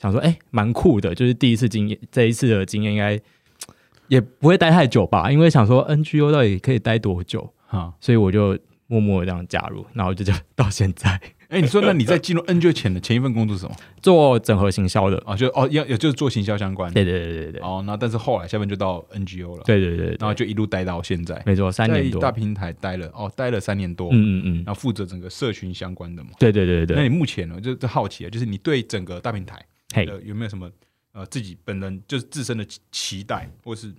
Speaker 2: 想说：“哎、蛮酷的，就是第一次经验，这一次的经验应该也不会待太久吧？因为想说 NGO 到底可以待多久，
Speaker 1: 好。
Speaker 2: 所以我就默默地这样加入，然后就就到现在
Speaker 1: 哎，你说那你在进入 NGO 前的前一份工作是什么？
Speaker 2: 做整合行销的。
Speaker 1: 啊，就哦，要也就是做行销相关。
Speaker 2: 对对对对对
Speaker 1: 哦，那但是后来下面就到 NGO 了，，
Speaker 2: 对对对对，
Speaker 1: 然后就一路待到现在，
Speaker 2: 没错，三年多
Speaker 1: 在，大平台待了哦，待了三年多，
Speaker 2: 嗯嗯嗯，
Speaker 1: 然后负责整个社群相关的嘛。
Speaker 2: 对对对对
Speaker 1: 那
Speaker 2: 对，
Speaker 1: 你目前呢，就就好奇啊，就是你对整个大平台
Speaker 2: 嘿。
Speaker 1: 呃有没有什么呃自己本人就是自身的期期待，或是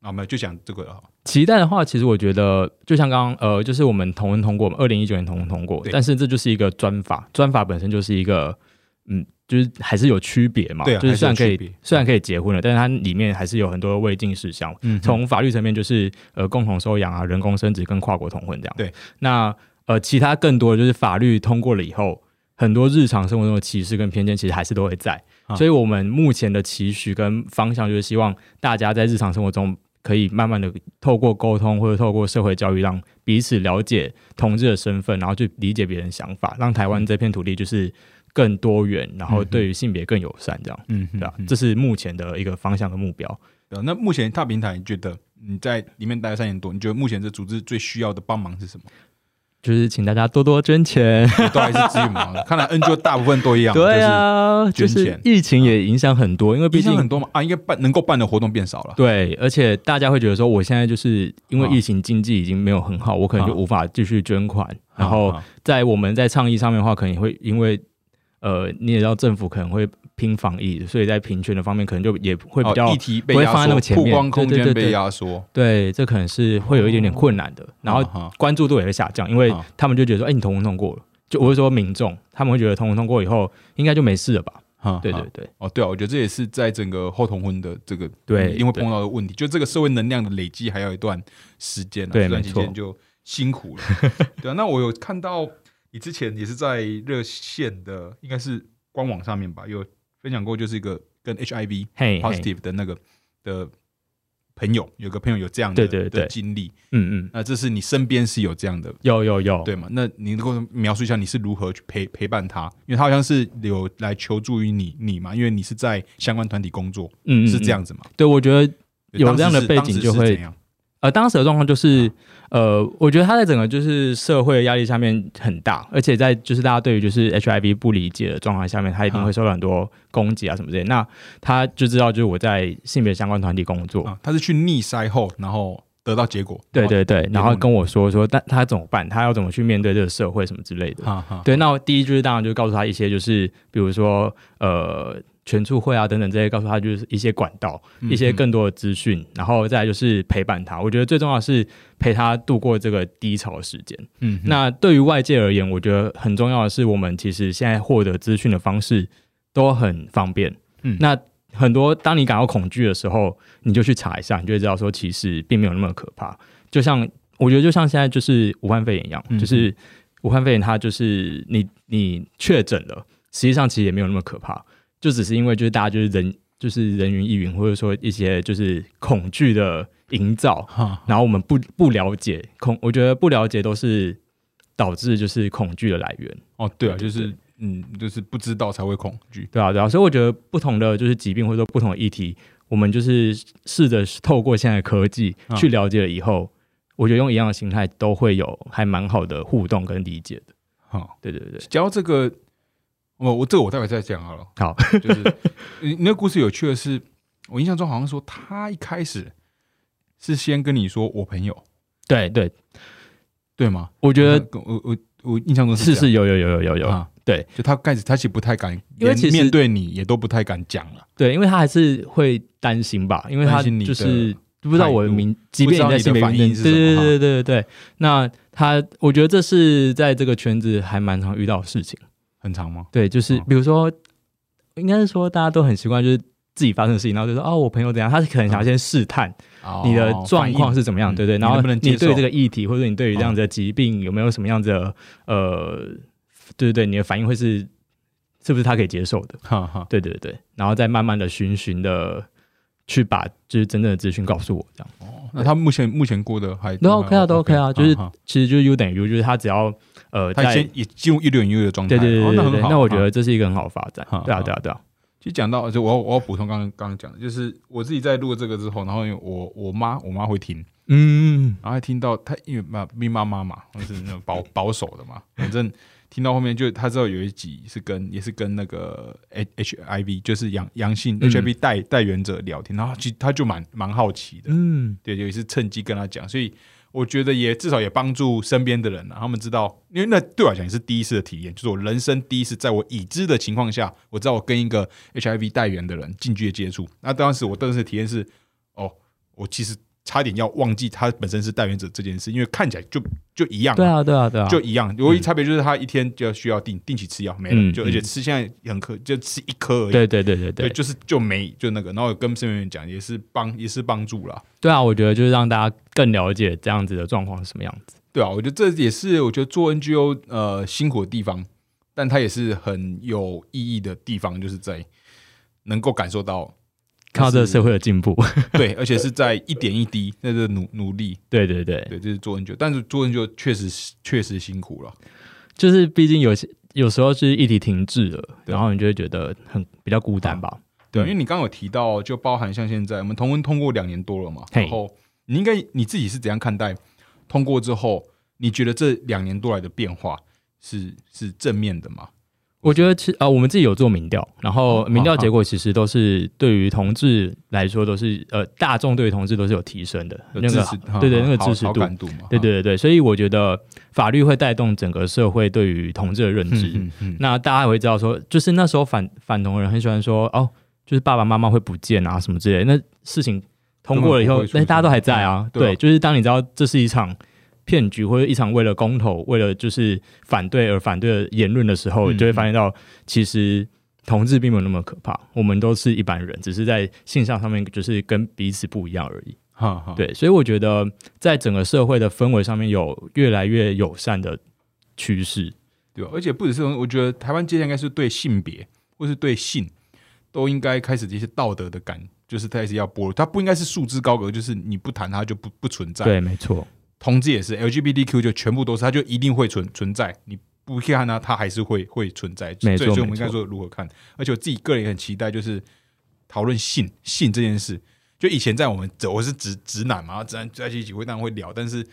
Speaker 1: 啊没有就讲这个了哈，
Speaker 2: 期待的话，其实我觉得就像刚刚呃，就是我们同文通过嘛，二零一九年同文通过
Speaker 1: 对，
Speaker 2: 但是这就是一个专法，专法本身就是一个嗯，就是还是有区别嘛，
Speaker 1: 对啊
Speaker 2: 就是虽然可
Speaker 1: 还是有区
Speaker 2: 以
Speaker 1: 别
Speaker 2: 虽然可以结婚了，但是它里面还是有很多未尽事项。
Speaker 1: 嗯
Speaker 2: 从法律层面就是呃共同收养啊、人工生殖跟跨国同婚这样。
Speaker 1: 对，
Speaker 2: 那呃其他更多的就是法律通过了以后，很多日常生活中的歧视跟偏见其实还是都会在，
Speaker 1: 啊
Speaker 2: 所以我们目前的期许跟方向就是希望大家在日常生活中。可以慢慢的透过沟通或者透过社会教育，让彼此了解同志的身份，然后去理解别人的想法，让台湾这片土地就是更多元，然后对于性别更友善，这样、
Speaker 1: 嗯
Speaker 2: 对吧、
Speaker 1: 嗯
Speaker 2: 这是目前的一个方向跟目标。
Speaker 1: 对啊那目前大平台，你觉得你在里面待了三年多，你觉得目前这组织最需要的帮忙是什么？
Speaker 2: 就是请大家多多捐钱。
Speaker 1: 都还是资源嘛？看来 NGO 大部分都一样，
Speaker 2: 对，啊，
Speaker 1: 捐
Speaker 2: 就
Speaker 1: 钱
Speaker 2: 是疫情也影响很多，因为
Speaker 1: 毕
Speaker 2: 毕
Speaker 1: 竟很
Speaker 2: 竟
Speaker 1: 多嘛啊，应该办能够办的活动变少了。
Speaker 2: 对，而且大家会觉得说，我现在就是因为疫情经济已经没有很好，我可能就
Speaker 1: 啊
Speaker 2: 无法继续捐款。然后
Speaker 1: 啊
Speaker 2: 在我们在倡议上面的话，可能也会因为呃，你也知道政府可能会拼防疫，所以在平权的方面可能就也会比
Speaker 1: 哦
Speaker 2: 较、
Speaker 1: 议题被
Speaker 2: 不会
Speaker 1: 压
Speaker 2: 放
Speaker 1: 缩，
Speaker 2: 在那么前
Speaker 1: 曝
Speaker 2: 面
Speaker 1: 光空
Speaker 2: 对对
Speaker 1: 间
Speaker 2: 对
Speaker 1: 被
Speaker 2: 对
Speaker 1: 压缩，
Speaker 2: 对，这可能是会有一点点困难的。然后
Speaker 1: 啊
Speaker 2: 关注度也会下降，因为
Speaker 1: 啊
Speaker 2: 他们就觉得说，哎、你同婚通过了，就我会说民众他们会觉得同婚通过以后应该就没事了吧？
Speaker 1: 哈
Speaker 2: 嗯对
Speaker 1: 哈
Speaker 2: 对对。
Speaker 1: 哦，对啊，我觉得这也是在整个后同婚的这个嗯
Speaker 2: 对
Speaker 1: 因为碰到的问题，就这个社会能量的累积还有一段时间、啊，
Speaker 2: 对
Speaker 1: 这段
Speaker 2: 没
Speaker 1: 期
Speaker 2: 错
Speaker 1: 间就辛苦了。对啊，那我有看到你之前也是在热线的，应该是官网上面吧，有分享过，就是一个跟 HIV
Speaker 2: 嘿嘿
Speaker 1: positive 的那个的朋友，有个朋友有这样的
Speaker 2: 对对
Speaker 1: 的
Speaker 2: 对
Speaker 1: 经历，
Speaker 2: 嗯嗯，
Speaker 1: 那这是你身边是有这样的。
Speaker 2: 有有有，
Speaker 1: 对嘛？那你能够描述一下你是如何去陪陪伴他？因为他好像是有来求助于你，你嘛，因为你是在相关团体工作，
Speaker 2: 嗯，嗯
Speaker 1: 是这。
Speaker 2: 嗯
Speaker 1: 样子嘛？
Speaker 2: 对，我觉得有
Speaker 1: 当时
Speaker 2: 这样的
Speaker 1: 是
Speaker 2: 背
Speaker 1: 当
Speaker 2: 景
Speaker 1: 时
Speaker 2: 就是会
Speaker 1: 怎样
Speaker 2: 呃，当时的状况就是，呃，我觉得他在整个就是社会压力下面很大，而且在就是大家对于就是 HIV 不理解的状况下面，他一定
Speaker 1: 啊
Speaker 2: 会受到很多攻击啊什么之类的。那他就知道就是我在性别相关团体工作，
Speaker 1: 啊，他是去逆筛后，然后得到结果。
Speaker 2: 哦
Speaker 1: 哦
Speaker 2: 对对对，然
Speaker 1: 后
Speaker 2: 后
Speaker 1: 呢
Speaker 2: 跟我说说，但他怎么办？他要怎么去面对这个社会什么之类的。
Speaker 1: 哈，哈
Speaker 2: 对，那我第一就是当然就告诉他一些，就是比如说呃全促会啊等等这些，告诉他就是一些管道，一些更多的资讯，然后再来就是陪伴他。我觉得最重要的是陪他度过这个低潮时间。
Speaker 1: 嗯哼
Speaker 2: 那对于外界而言，我觉得很重要的是，我们其实现在获得资讯的方式都很方便。
Speaker 1: 嗯
Speaker 2: 那很多当你感到恐惧的时候，你就去查一下，你就会知道说，其实并没有那么可怕。就像我觉得，就像现在就是武汉肺炎一样，
Speaker 1: 嗯
Speaker 2: 就是武汉肺炎它就是你你确诊了，实际上其实也没有那么可怕，就只是因为就是大家就是人就是人云亦云，或者说一些就是恐惧的营造，
Speaker 1: 哈
Speaker 2: 然后我们不不了解恐，我觉得不了解都是导致就是恐惧的来源，
Speaker 1: 哦，对啊，
Speaker 2: 对
Speaker 1: 就
Speaker 2: 对
Speaker 1: 是嗯，就是不知道才会恐惧。
Speaker 2: 对啊，对啊，所以我觉得不同的就是疾病或者说不同的议题，我们就是试着透过现在的科技
Speaker 1: 嗯
Speaker 2: 去了解了以后，我觉得用一样的心态都会有还蛮好的互动跟理解的。
Speaker 1: 哈，
Speaker 2: 对对对，
Speaker 1: 讲到这个，我我这个我待会再讲好了。
Speaker 2: 好，
Speaker 1: 就是你那个故事有趣的是，我印象中好像说他一开始是先跟你说我朋友，
Speaker 2: 对对，
Speaker 1: 对吗？
Speaker 2: 我觉得
Speaker 1: 我我我印象中是
Speaker 2: 是
Speaker 1: 嗯这样
Speaker 2: 是有有有有有有，
Speaker 1: 啊，
Speaker 2: 对，
Speaker 1: 就他开始他其实不太敢，
Speaker 2: 因为其实
Speaker 1: 连面对你也都不太敢讲了，
Speaker 2: 对，因为他还是会担心吧，因为他
Speaker 1: 担心你的
Speaker 2: 就是不知道我的名，即
Speaker 1: 度
Speaker 2: 便在性别
Speaker 1: 不知道你的反应是
Speaker 2: 对对
Speaker 1: 什么
Speaker 2: 对对对对。那他，我觉得这是在这个圈子还蛮常遇到的事情。
Speaker 1: 很长吗？
Speaker 2: 对，就是
Speaker 1: 哦
Speaker 2: 比如说，应该是说大家都很习惯，就是自己发生的事情，然后就说哦，我朋友怎样，他是可能想要先试探你
Speaker 1: 嗯
Speaker 2: 的
Speaker 1: 哦
Speaker 2: 状况是怎么
Speaker 1: 嗯
Speaker 2: 样，对对，
Speaker 1: 你
Speaker 2: 然后
Speaker 1: 能不能接
Speaker 2: 你对
Speaker 1: 受嗯
Speaker 2: 这个议题或者你对于这样子的疾病有没有什么样子的呃，对对对，你的反应会是是不是他可以接受的？
Speaker 1: 反应哈哈，
Speaker 2: 对对对，然后再慢慢的循循的去把就是真正的资讯告诉我，这样
Speaker 1: 哦那他目前目前过得还
Speaker 2: 都 OK 啊，都 OK 啊，就是
Speaker 1: 哈哈
Speaker 2: 其实就是 U 等于 U，就是他只要呃
Speaker 1: 他
Speaker 2: 在
Speaker 1: 先也进入一点一点的状态，
Speaker 2: 对对对
Speaker 1: 哦
Speaker 2: 对
Speaker 1: 那
Speaker 2: 对
Speaker 1: 很
Speaker 2: 对，
Speaker 1: 好。
Speaker 2: 那我觉
Speaker 1: 哈
Speaker 2: 得这是一个很好的发展
Speaker 1: 好，
Speaker 2: 对啊
Speaker 1: 好
Speaker 2: 对啊对啊，
Speaker 1: 就讲到，就我要我要补充刚刚刚刚讲的，就是我自己在录这个之后，然后因为我我妈我妈会听，
Speaker 2: 嗯，
Speaker 1: 然后还听到她因为妈咪妈妈嘛，我是那种保保守的 嘛，反正听到后面就她知道有一集是跟也是跟那个 H HIV 就是阳阳性
Speaker 2: 嗯
Speaker 1: HIV 带带源者聊天，然后其实她就蛮蛮好奇的，
Speaker 2: 嗯，
Speaker 1: 对，有一次趁机跟他讲，所以我觉得也至少也帮助身边的人啊，他们知道，因为那对我来讲也是第一次的体验，就是我人生第一次在我已知的情况下，我知道我跟一个 HIV 带源的人近距离接触。那当时我当时的体验是，哦，我其实差点要忘记他本身是带源者这件事，因为看起来就就一样嘛，
Speaker 2: 对啊对啊对啊，
Speaker 1: 就一样。唯一差别就是他一天就需要定定期吃药，没了，
Speaker 2: 嗯
Speaker 1: 就而且
Speaker 2: 嗯
Speaker 1: 吃现在很可就吃一颗而已。
Speaker 2: 对对对对
Speaker 1: 对，
Speaker 2: 对
Speaker 1: 就是就没就那个，然后有跟身边人讲也是帮也是帮助啦。
Speaker 2: 对啊，我觉得就是让大家更了解这样子的状况是什么样子，
Speaker 1: 对啊，我觉得这也是我觉得做 NGO 呃辛苦的地方，但它也是很有意义的地方，就是在能够感受到
Speaker 2: 看到这个社
Speaker 1: 会
Speaker 2: 会的进步，
Speaker 1: 对，而且是在一点一滴在这努努力，
Speaker 2: 对对对，
Speaker 1: 对，这、是做 NGO，但是做 NGO 确实确实辛苦了，
Speaker 2: 就是毕竟有些有时候是议题停滞了，
Speaker 1: 对
Speaker 2: 然后你就会觉得很比较孤单吧，
Speaker 1: 对啊，
Speaker 2: 嗯
Speaker 1: 因为你刚刚有提到，就包含像现在我们同婚通过两年多了嘛，
Speaker 2: 嘿
Speaker 1: 然后你应该你自己是怎样看待通过之后，你觉得这两年多来的变化是是正面的吗？
Speaker 2: 我觉得其呃，我们自己有做民调，然
Speaker 1: 哦
Speaker 2: 后民调结果其实都是对于同志来说都是呃，大众对于同志都是有提升的
Speaker 1: 有
Speaker 2: 那
Speaker 1: 支
Speaker 2: 个
Speaker 1: 持
Speaker 2: 对对
Speaker 1: 哈
Speaker 2: 那个
Speaker 1: 好
Speaker 2: 支持
Speaker 1: 好
Speaker 2: 度，
Speaker 1: 感度嘛，
Speaker 2: 对对对对，所以我觉得法律会带动整个社会对于同志的认
Speaker 1: 哈，
Speaker 2: 知。
Speaker 1: 嗯嗯嗯
Speaker 2: 那大家也会知道说，就是那时候反反同人很喜欢说哦，就是爸爸妈妈会不见啊什么之类的那事情通过了以
Speaker 1: 根
Speaker 2: 后
Speaker 1: 本不会出，
Speaker 2: 那
Speaker 1: 现
Speaker 2: 大家都还在啊。
Speaker 1: 对啊
Speaker 2: 对，就是当你知道这是一场骗局或者一场为了公投、为了就是反对而反对的言论的时
Speaker 1: 嗯
Speaker 2: 候，你就会发现到其实。同志并没有那么可怕，我们都是一般人，只是在性向上面就是跟彼此不一样而已。
Speaker 1: 哈哈，
Speaker 2: 对，所以我觉得在整个社会的氛围上面有越来越友善的趋势。
Speaker 1: 对吧？而且不只是我觉得台湾接下来应该是对性别或是对性都应该开始一些道德的感，就是他是要剥夺，它不应该是束之高阁，就是你不谈它就不不存在。
Speaker 2: 对，没错，
Speaker 1: 同志也是 LGBTQ 就全部都是，它就一定会存存在，你不看它，它还是会会存在。
Speaker 2: 没错
Speaker 1: 所以所以我们
Speaker 2: 没
Speaker 1: 应
Speaker 2: 错
Speaker 1: 该说如何看？而且我自己个人也很期待，就是讨论性性这件事。就以前在我们我是直直男嘛，直男在一起会当然会聊，但是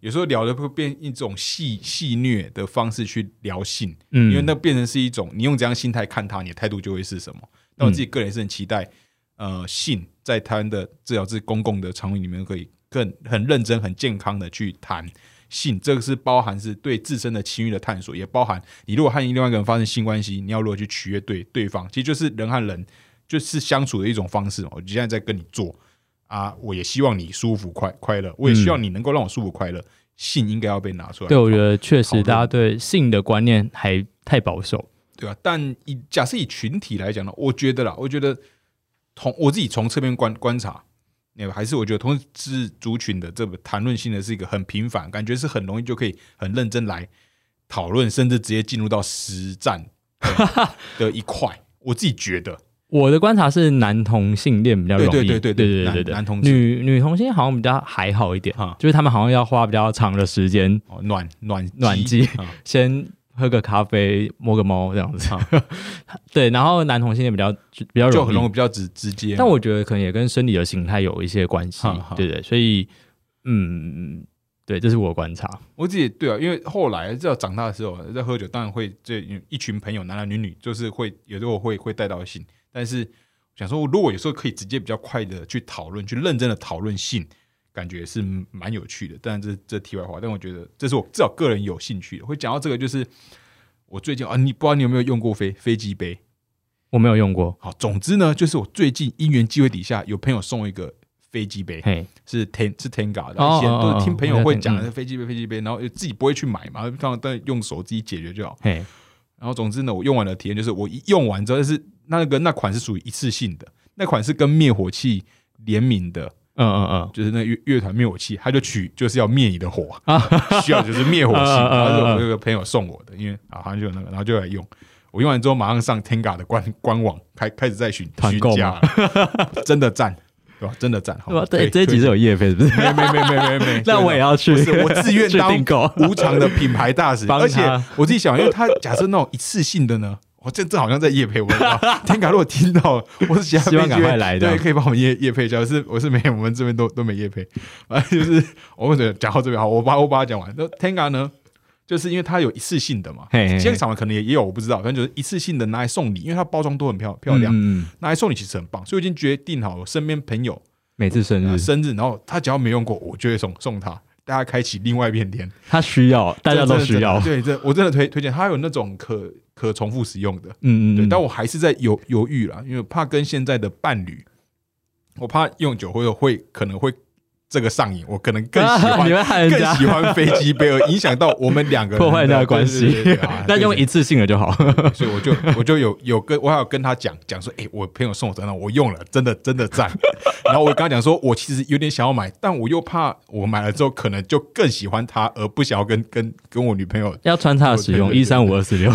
Speaker 1: 有时候聊的会变一种戏戏谑的方式去聊性，
Speaker 2: 嗯
Speaker 1: 因为那变成是一种你用这样心态看它，你的态度就会是什么。那我
Speaker 2: 嗯
Speaker 1: 自己个人也是很期待，呃，性在台湾的至少是公共的场域里面可以更很认真、很健康的去谈性，这个是包含是对自身的情欲的探索，也包含你如果和另外一个人发生性关系，你要如何去取悦对对方，其实就是人和人就是相处的一种方式。我现在在跟你做啊，我也希望你舒服快快乐，我也希望你能够让我舒服快乐。性应该要被拿出来，
Speaker 2: 嗯对，我觉得确
Speaker 1: 讨
Speaker 2: 实
Speaker 1: 论
Speaker 2: 大家对性的观念还太保守。
Speaker 1: 对吧、但以假设以群体来讲呢，我觉得啦，我觉得同我自己从侧面观观察，那个还是我觉得同志族群的这个谈论性的是一个很频繁，感觉是很容易就可以很认真来讨论，甚至直接进入到实战 的的一块。我自己觉得，
Speaker 2: 我的观察是，男同性恋比较容易，
Speaker 1: 对对对对
Speaker 2: 对
Speaker 1: 对
Speaker 2: 对对对
Speaker 1: 男男同志
Speaker 2: 女女同性好像比较还好一点
Speaker 1: 哈，
Speaker 2: 就是他们好像要花比较长的时间
Speaker 1: 哦，暖暖
Speaker 2: 暖机
Speaker 1: 啊，
Speaker 2: 先喝个咖啡，摸个猫这样子。对，然后男同性恋比较比较
Speaker 1: 就很容
Speaker 2: 容
Speaker 1: 易
Speaker 2: 易，
Speaker 1: 比较直直接嘛。
Speaker 2: 但我觉得可能也跟生理的形态有一些关系
Speaker 1: 哈哈，
Speaker 2: 对对，所以嗯，对，这是我的观察。
Speaker 1: 我自己对啊，因为后来知道长大的时候在喝酒，当然会这一群朋友男男女女，就是会有时候会会带到性，但是想说，如果有时候可以直接比较快的去讨论，去认真的讨论性，感觉是蛮有趣的。但这这题外话，但我觉得这是我至少个人有兴趣的。会讲到这个，就是我最近啊，你不知道你有没有用过飞飞机杯？
Speaker 2: 我没有用过，
Speaker 1: 好，总之呢，就是我最近因缘机会底下，有朋友送我一个飞机杯，
Speaker 2: 嘿，
Speaker 1: 是 Ten 是 Tenga 的，
Speaker 2: 哦
Speaker 1: 以前都是听朋友会讲
Speaker 2: 哦哦
Speaker 1: 的飞机杯飞机杯，然后自己不会去买嘛，通常都用手机解决就好。
Speaker 2: 嘿，
Speaker 1: 然后总之呢，我用完的体验就是我一用完之后，就是那个那款是属于一次性的，那款是跟灭火器联名的，
Speaker 2: 嗯嗯嗯，
Speaker 1: 就是那个乐乐团灭火器，他就取就是要灭你的火， 需要就是灭火器，
Speaker 2: 啊啊啊啊
Speaker 1: 然后是我有个朋友送我的，因为啊好像就有那个，然后就来用。我用完之后马上上 Tenga 的官官网开开始在询
Speaker 2: 团
Speaker 1: 询
Speaker 2: 购
Speaker 1: 价
Speaker 2: 吗
Speaker 1: 了，真的赞，对吧？真的赞，好
Speaker 2: 对吧？
Speaker 1: 推
Speaker 2: 对，这一
Speaker 1: 推
Speaker 2: 集是有夜费，是不是？，
Speaker 1: 没没没没没没
Speaker 2: 那我也要去
Speaker 1: 不是我自愿
Speaker 2: 去
Speaker 1: 当
Speaker 2: 订购
Speaker 1: 无偿的品牌大使，
Speaker 2: 帮他
Speaker 1: 而且我自己想，因为他假设那种一次性的呢。我这这好像在夜配，我不知 道天卡如果听到，我是其他
Speaker 2: 希望
Speaker 1: 飞机
Speaker 2: 赶快来的
Speaker 1: 对，可以帮我们夜夜配一下。我是我是没有，我们这边都都没夜配。 啊，就是我们讲到这边好，我把我把它讲完。那 Tenga 呢，就是因为它有一次性的嘛，
Speaker 2: 嘿嘿嘿
Speaker 1: 现在场的可能也也有，我不知道，反正就是一次性的拿来送礼，因为它包装都很漂漂亮，
Speaker 2: 嗯，嗯嗯
Speaker 1: 拿来送礼其实很棒。所以我已经决定好，我身边朋友
Speaker 2: 每次生
Speaker 1: 啊
Speaker 2: 日
Speaker 1: 生日，然后他只要没用过，我就会送送他。大家开启另外一片天，
Speaker 2: 他需要，大家
Speaker 1: 这
Speaker 2: 都
Speaker 1: 真的
Speaker 2: 需要，
Speaker 1: 真的对，这我真的推推荐，它有那种可可重复使用的，
Speaker 2: 嗯
Speaker 1: 对。
Speaker 2: 嗯，
Speaker 1: 但我还是在犹犹豫啦，因为怕跟现在的伴侣，我怕用久会会可能会这个上瘾，我可能更喜
Speaker 2: 啊
Speaker 1: 欢
Speaker 2: 你们害人
Speaker 1: 更
Speaker 2: 家
Speaker 1: 喜欢飞机杯，而影响到我们两个人
Speaker 2: 破坏人家的关系
Speaker 1: 对对对对 啊
Speaker 2: 那用一次性的就好。。
Speaker 1: 所以我就我就有有跟我还有跟他讲讲说，哎、我朋友送我的，那我用了，真的真的赞。然后我跟他讲说，我其实有点想要买，但我又怕我买了之后可能就更喜欢他，而不想要跟跟跟我女朋友
Speaker 2: 要穿插的使用
Speaker 1: 对对对
Speaker 2: 一三五二四六，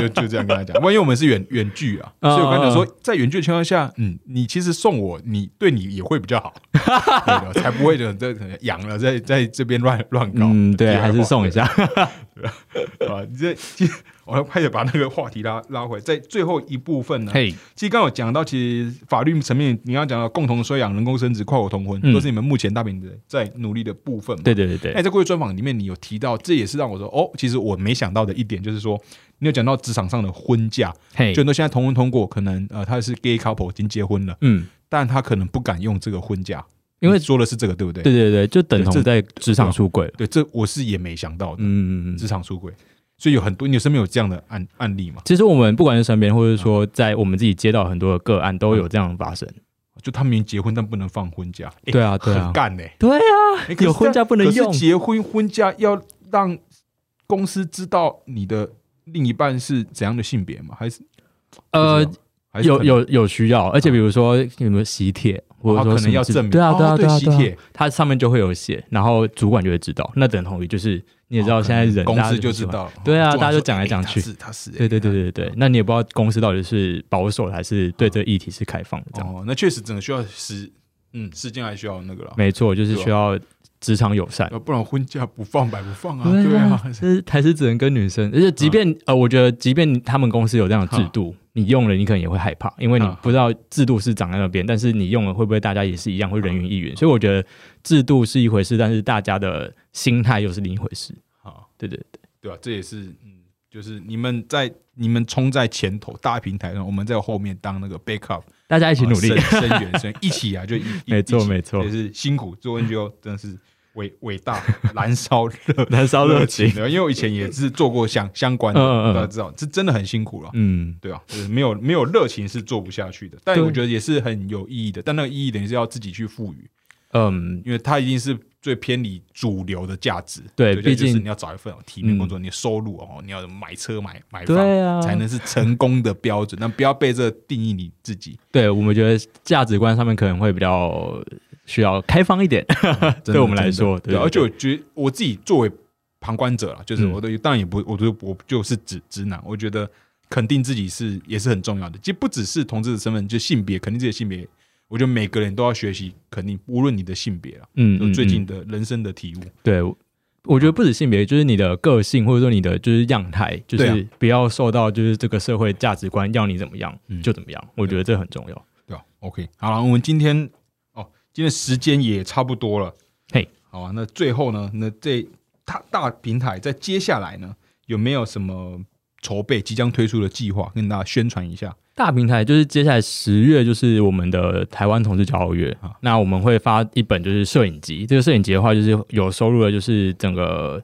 Speaker 1: 就就这样跟他讲，不然因为我们是远远距啊，所以我跟他讲说，
Speaker 2: 嗯
Speaker 1: 在远距的情况下，嗯，你其实送我，你对你也会比较好， 对的才不会的这可能养了在在这边乱乱搞。
Speaker 2: 嗯，
Speaker 1: 题
Speaker 2: 对，
Speaker 1: 外话
Speaker 2: 还是送一下。
Speaker 1: 啊！你这， 我要快点把那个话题拉拉回来，在最后一部分呢，
Speaker 2: 嘿，
Speaker 1: 其实刚刚有讲到，其实法律层面，你刚刚讲到共同收养、人工生殖、跨国同婚，
Speaker 2: 嗯
Speaker 1: 都是你们目前大本营在努力的部分嘛。哎
Speaker 2: 对对对
Speaker 1: 那
Speaker 2: 对，
Speaker 1: 在过去专访里面，你有提到，这也是让我说，哦，其实我没想到的一点就是说，你有讲到职场上的婚嫁，
Speaker 2: 嘿
Speaker 1: 就，很多现在同婚通过，可能呃他是 gay couple 已经结婚了，
Speaker 2: 嗯，
Speaker 1: 但他可能不敢用这个婚嫁，
Speaker 2: 因为
Speaker 1: 你说的是这个，对不对？
Speaker 2: 对对对，就等
Speaker 1: 这
Speaker 2: 同在职场出轨了。
Speaker 1: 对这我是也没想到的，
Speaker 2: 嗯嗯嗯。
Speaker 1: 职场出轨，所以有很多，你身边有这样的案案例吗？
Speaker 2: 其实我们不管是身边，或者说在我们自己接到很多的个案，都有这样发生。
Speaker 1: 就他们明明结婚，但不能放婚假，欸
Speaker 2: 对啊对啊
Speaker 1: 很干呢、
Speaker 2: 对啊，
Speaker 1: 欸可是
Speaker 2: 有婚假不能
Speaker 1: 但可
Speaker 2: 用
Speaker 1: 是结婚婚假要让公司知道你的另一半是怎样的性别吗？还是
Speaker 2: 呃
Speaker 1: 不知，道还是
Speaker 2: 有
Speaker 1: 可能啊
Speaker 2: 有有需要，而且比如说有没有喜帖，或者
Speaker 1: 哦
Speaker 2: 说
Speaker 1: 可能要
Speaker 2: 什么之
Speaker 1: 证明
Speaker 2: 对啊
Speaker 1: 哦
Speaker 2: 对啊
Speaker 1: 对
Speaker 2: 对啊
Speaker 1: 喜帖
Speaker 2: 对啊，它上面就会有写，然后主管就会知道，那等同于就是你也知道现在人
Speaker 1: 哦公
Speaker 2: 大家
Speaker 1: 司就
Speaker 2: 不喜
Speaker 1: 知
Speaker 2: 欢
Speaker 1: 道了，
Speaker 2: 对啊
Speaker 1: 做完
Speaker 2: 大家就
Speaker 1: 说
Speaker 2: 讲来
Speaker 1: 哎
Speaker 2: 讲去
Speaker 1: 他是他是，哎
Speaker 2: 对对对对对，那你也不知道公司到底是保守的还是对这个议题是开放的这样。
Speaker 1: 哦哦，那确实整个需要时，嗯，时间还需要那个了，
Speaker 2: 没错，就是
Speaker 1: 对啊
Speaker 2: 需要职场友善。
Speaker 1: 要不然婚假不放白不放啊，对 啊，
Speaker 2: 这还是只能跟女生，而且即便、呃，我觉得即便他们公司有这样的制度，你用了你可能也会害怕，因为你
Speaker 1: 啊
Speaker 2: 不知道制度是长在那边，但是你用了会不会大家也是一样会人云
Speaker 1: 啊
Speaker 2: 亦云？所以我觉得制度是一回事，但是大家的心态又是另一回事。
Speaker 1: 好，
Speaker 2: 对对对，
Speaker 1: 对啊，这也是嗯，就是你们在你们冲在前头大平台上，我们在后面当那个 backup，
Speaker 2: 大家一
Speaker 1: 一
Speaker 2: 起努力。
Speaker 1: 声援声，一起啊，就一一
Speaker 2: 没错
Speaker 1: 啊一起
Speaker 2: 没错
Speaker 1: 也是辛苦做 NGO，真的是伟伟 大，燃烧 热
Speaker 2: 燃烧热情
Speaker 1: 的，因为我以前也是做过相相关
Speaker 2: 嗯嗯
Speaker 1: 的，
Speaker 2: 嗯
Speaker 1: 大家知道，这真的很辛苦了。
Speaker 2: 嗯，
Speaker 1: 对啊，就是没有没有热情是做不下去的，但
Speaker 2: 对
Speaker 1: 我觉得也是很有意义的。但那个意义等于是要自己去赋予，
Speaker 2: 嗯，
Speaker 1: 因为它一定是最偏离主流的价值。
Speaker 2: 对
Speaker 1: 就
Speaker 2: 毕
Speaker 1: 就是
Speaker 2: 竟
Speaker 1: 你要找一份哦体面工作，你的收入哦，你要买车买买房，
Speaker 2: 对啊
Speaker 1: 才能是成功的标准。但不要被这个定义你自己，
Speaker 2: 对，我们觉得价值观上面可能会比较需要开放一点，
Speaker 1: 真的
Speaker 2: 对我们来
Speaker 1: 真的
Speaker 2: 说，
Speaker 1: 对，
Speaker 2: 对，
Speaker 1: 而且
Speaker 2: 对
Speaker 1: 我觉得我自己作为旁观者啦，就是
Speaker 2: 嗯
Speaker 1: 我的、当然也不，我就我就是直直男，我觉得肯定自己是也是很重要的，其实不只是同志的身份，就性别，肯定自己的性别，我觉得每个人都要学习，肯定无论你的性别啦，
Speaker 2: 嗯
Speaker 1: 就
Speaker 2: 嗯
Speaker 1: 最近
Speaker 2: 嗯
Speaker 1: 的人生的体悟，
Speaker 2: 对，我我觉得不止性别，就是你的个性，或者说你的就是样态，就
Speaker 1: 对啊
Speaker 2: 是不要受到就是这个社会价值观要你怎么样
Speaker 1: 嗯
Speaker 2: 就怎么样，我觉得这很重要。
Speaker 1: 对吧、o k 好了，我们今天哦，今天时间也差不多了，
Speaker 2: 嘿，
Speaker 1: 好啊，那最后呢，那这大大平台在接下来呢，有没有什么筹备即将推出的计划，跟大家宣传一下？
Speaker 2: 大平台就是接下来十月就是我们的台湾同志骄傲月
Speaker 1: 啊，
Speaker 2: 那我们会发一本就是摄影集，这个摄影集的话就是有收入的，就是整个。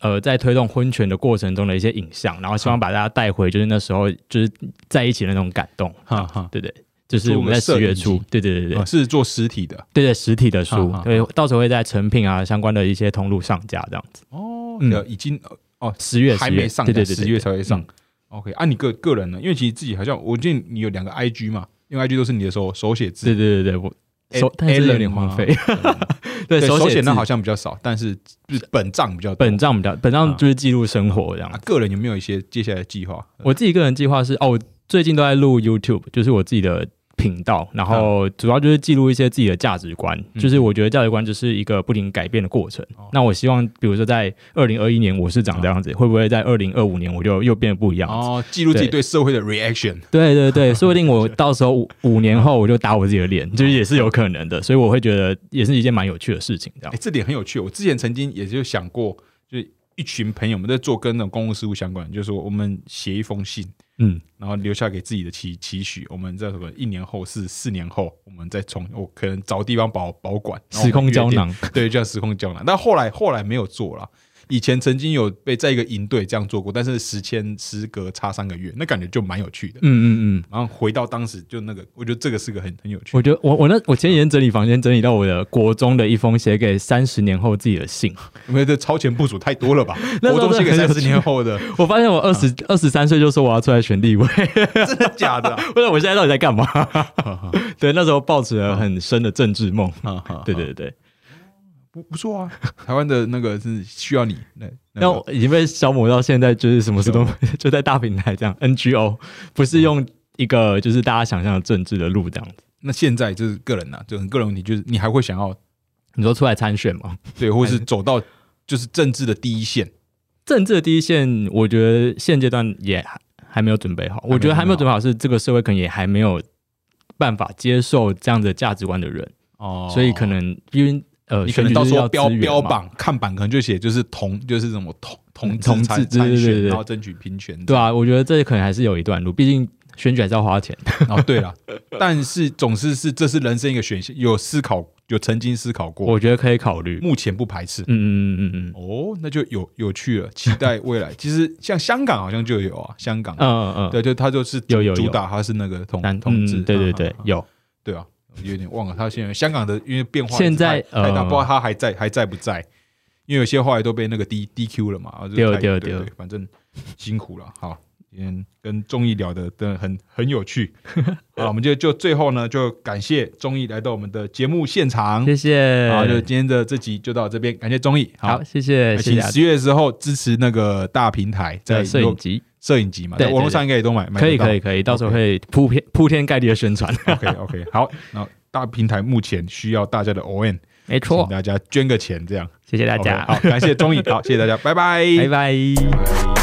Speaker 2: 呃，在推动婚权的过程中的一些影像，然后
Speaker 1: 啊
Speaker 2: 希望把大家带回就是那时候就是在一起的那种感动，
Speaker 1: 哈哈。
Speaker 2: 对不对？就是
Speaker 1: 做
Speaker 2: 我们在
Speaker 1: 个摄
Speaker 2: 十月
Speaker 1: 影
Speaker 2: 初
Speaker 1: 集，
Speaker 2: 对对对对
Speaker 1: 啊，是做实体的
Speaker 2: 对对，哦实体的书
Speaker 1: 啊啊，
Speaker 2: 对，到时候会在成品啊相关的一些通路上架这样子。
Speaker 1: 哦
Speaker 2: 嗯
Speaker 1: 呃已经呃哦，
Speaker 2: 十月
Speaker 1: 还
Speaker 2: 10月
Speaker 1: 没上架，
Speaker 2: 对对对，对
Speaker 1: 十月才会上
Speaker 2: 嗯。
Speaker 1: OK，啊，你个个人呢？因为其实自己好像，我记得你有两个 IG 嘛，因为 IG 都是你的手手写字
Speaker 2: 对，对对对，我手
Speaker 1: A-
Speaker 2: 但是
Speaker 1: Allen
Speaker 2: 有点荒废。
Speaker 1: 嘛。
Speaker 2: 对
Speaker 1: 哎对，手
Speaker 2: 写
Speaker 1: 写那
Speaker 2: 字
Speaker 1: 好像比较少，但是就是本账比较多
Speaker 2: 本账比较，本
Speaker 1: 啊
Speaker 2: 账就是记录生活这样
Speaker 1: 啊。
Speaker 2: 子。
Speaker 1: 个人有没有一些接下来的计划？
Speaker 2: 我自己个人计划是哦，我最近都在录 YouTube，就是我自己的频道，然后主要就是记录一些自己的价值观，
Speaker 1: 啊嗯
Speaker 2: 就是我觉得价值观就是一个不停改变的过程
Speaker 1: 哦。啊
Speaker 2: 那我希望，比如说在二零二一年我是长这样子，会不会在二零二五年我就又变得不一样了？
Speaker 1: 哦，记录自己
Speaker 2: 对
Speaker 1: 对社会的 reaction。
Speaker 2: 对对 对，说不定我到时候五五年后我就打我自己的脸，就是也是有可能的，所以我会觉得也是一件蛮有趣的事情，这样
Speaker 1: 哎，。这点很有趣。我之前曾经也就想过，就是一群朋友们在做跟那种公共事务相关的，就是说我们写一封信，
Speaker 2: 嗯，
Speaker 1: 然后留下给自己的期期许。我们在什么一年后是四年后，我们再从我可能找地方保保管然后
Speaker 2: 时空胶
Speaker 1: 我们
Speaker 2: 囊，
Speaker 1: 约定，对，叫时空胶囊。但后来后来没有做了。以前曾经有被在一个营队这样做过，但是时间时隔差三个月，那感觉就蛮有趣的。
Speaker 2: 嗯嗯嗯，
Speaker 1: 然后回到当时就那个，我觉得这个是个很很有趣
Speaker 2: 我觉得我我那我前几天整理房间，整理到我的国中的一封写给三十年后自己的信，
Speaker 1: 的，因为这超前部署太多了吧？
Speaker 2: 那时
Speaker 1: 活
Speaker 2: 候
Speaker 1: 动是
Speaker 2: 真
Speaker 1: 给三
Speaker 2: 的很有
Speaker 1: 十
Speaker 2: 趣
Speaker 1: 年后的，
Speaker 2: 我发现 我二十二十三岁就说我要出来选立委，
Speaker 1: 真的假的啊？
Speaker 2: 不然我现在到底在干嘛？ 对，那时候抱持了很深的政治梦，啊对对对对，
Speaker 1: 啊不不错啊，台湾的那个是需要你。那那个
Speaker 2: 那我已经被消磨到现在，就是什么事都就在大平台这样，NGO 不是用一个就是大家想象的政治的路这样子。
Speaker 1: 那现在就是个人呐、啊，就是个人问题，就是你还会想要
Speaker 2: 你说出来参选吗？
Speaker 1: 对，或是走到就是政治的第一线。
Speaker 2: 政治的第一线，我觉得现阶段也还还没有准备好。我觉得还没有准备好，是这个社会可能也还没有办法接受这样的价值观的人，
Speaker 1: 哦
Speaker 2: 所以可能因为呃，
Speaker 1: 你可
Speaker 2: 选
Speaker 1: 能
Speaker 2: 举
Speaker 1: 到
Speaker 2: 就是
Speaker 1: 时候
Speaker 2: 要
Speaker 1: 标
Speaker 2: 资源
Speaker 1: 标
Speaker 2: 嘛，
Speaker 1: 榜看板可能就写就是同就是什么同同
Speaker 2: 同
Speaker 1: 参
Speaker 2: 志对
Speaker 1: 参
Speaker 2: 对对
Speaker 1: 选，
Speaker 2: 对
Speaker 1: 然后争取平权。
Speaker 2: 对啊，我觉得这可能还是有一段路，毕竟选举还是要花钱。
Speaker 1: 哦，对了， 但是总是是这是人生一个选项，有思考有曾经思考过，
Speaker 2: 我觉得可以考虑。
Speaker 1: 目前不排斥。
Speaker 2: 嗯嗯嗯嗯嗯
Speaker 1: 哦，那就有有趣了，期待未来。其实像香港好像就有啊，香港
Speaker 2: 嗯嗯嗯，
Speaker 1: 对，就他就是
Speaker 2: 有有有
Speaker 1: 主打他是那个同
Speaker 2: 男
Speaker 1: 同志，
Speaker 2: 嗯，对对
Speaker 1: 啊
Speaker 2: 对
Speaker 1: 啊，啊
Speaker 2: 有。
Speaker 1: 对啊，我有点忘了他现在香港的因为变化
Speaker 2: 现在
Speaker 1: 一直太太大，
Speaker 2: 呃
Speaker 1: 不知道他还在还在不在，因为有些后来都被那个 D D Q 了嘛，啊，就是
Speaker 2: 对
Speaker 1: 太对
Speaker 2: 对对
Speaker 1: 对，反正辛苦了，好。今天跟中医聊的真的很很有趣 啊！我们就就最后呢，就感谢中医来到我们的节目现场，
Speaker 2: 谢谢，
Speaker 1: 嗯好，就今天的这集就到这边，感谢中医。
Speaker 2: 好，谢谢，谢
Speaker 1: 请
Speaker 2: 谢大
Speaker 1: 十
Speaker 2: 家
Speaker 1: 月的时候支持那个大平台，在
Speaker 2: 的摄影集，
Speaker 1: 摄影集嘛，
Speaker 2: 对
Speaker 1: 在网络上应该也都买，买
Speaker 2: 可以可
Speaker 1: 以。
Speaker 2: 以可以，到时候会铺天铺天盖地的宣传，
Speaker 1: OK OK，好，那大平台目前需要大家的 ON，
Speaker 2: 没
Speaker 1: 请
Speaker 2: 错，
Speaker 1: 大家捐个钱，这样
Speaker 2: 谢谢大家
Speaker 1: OK，，好，感谢中医，好，谢谢大家，拜拜，
Speaker 2: 拜拜。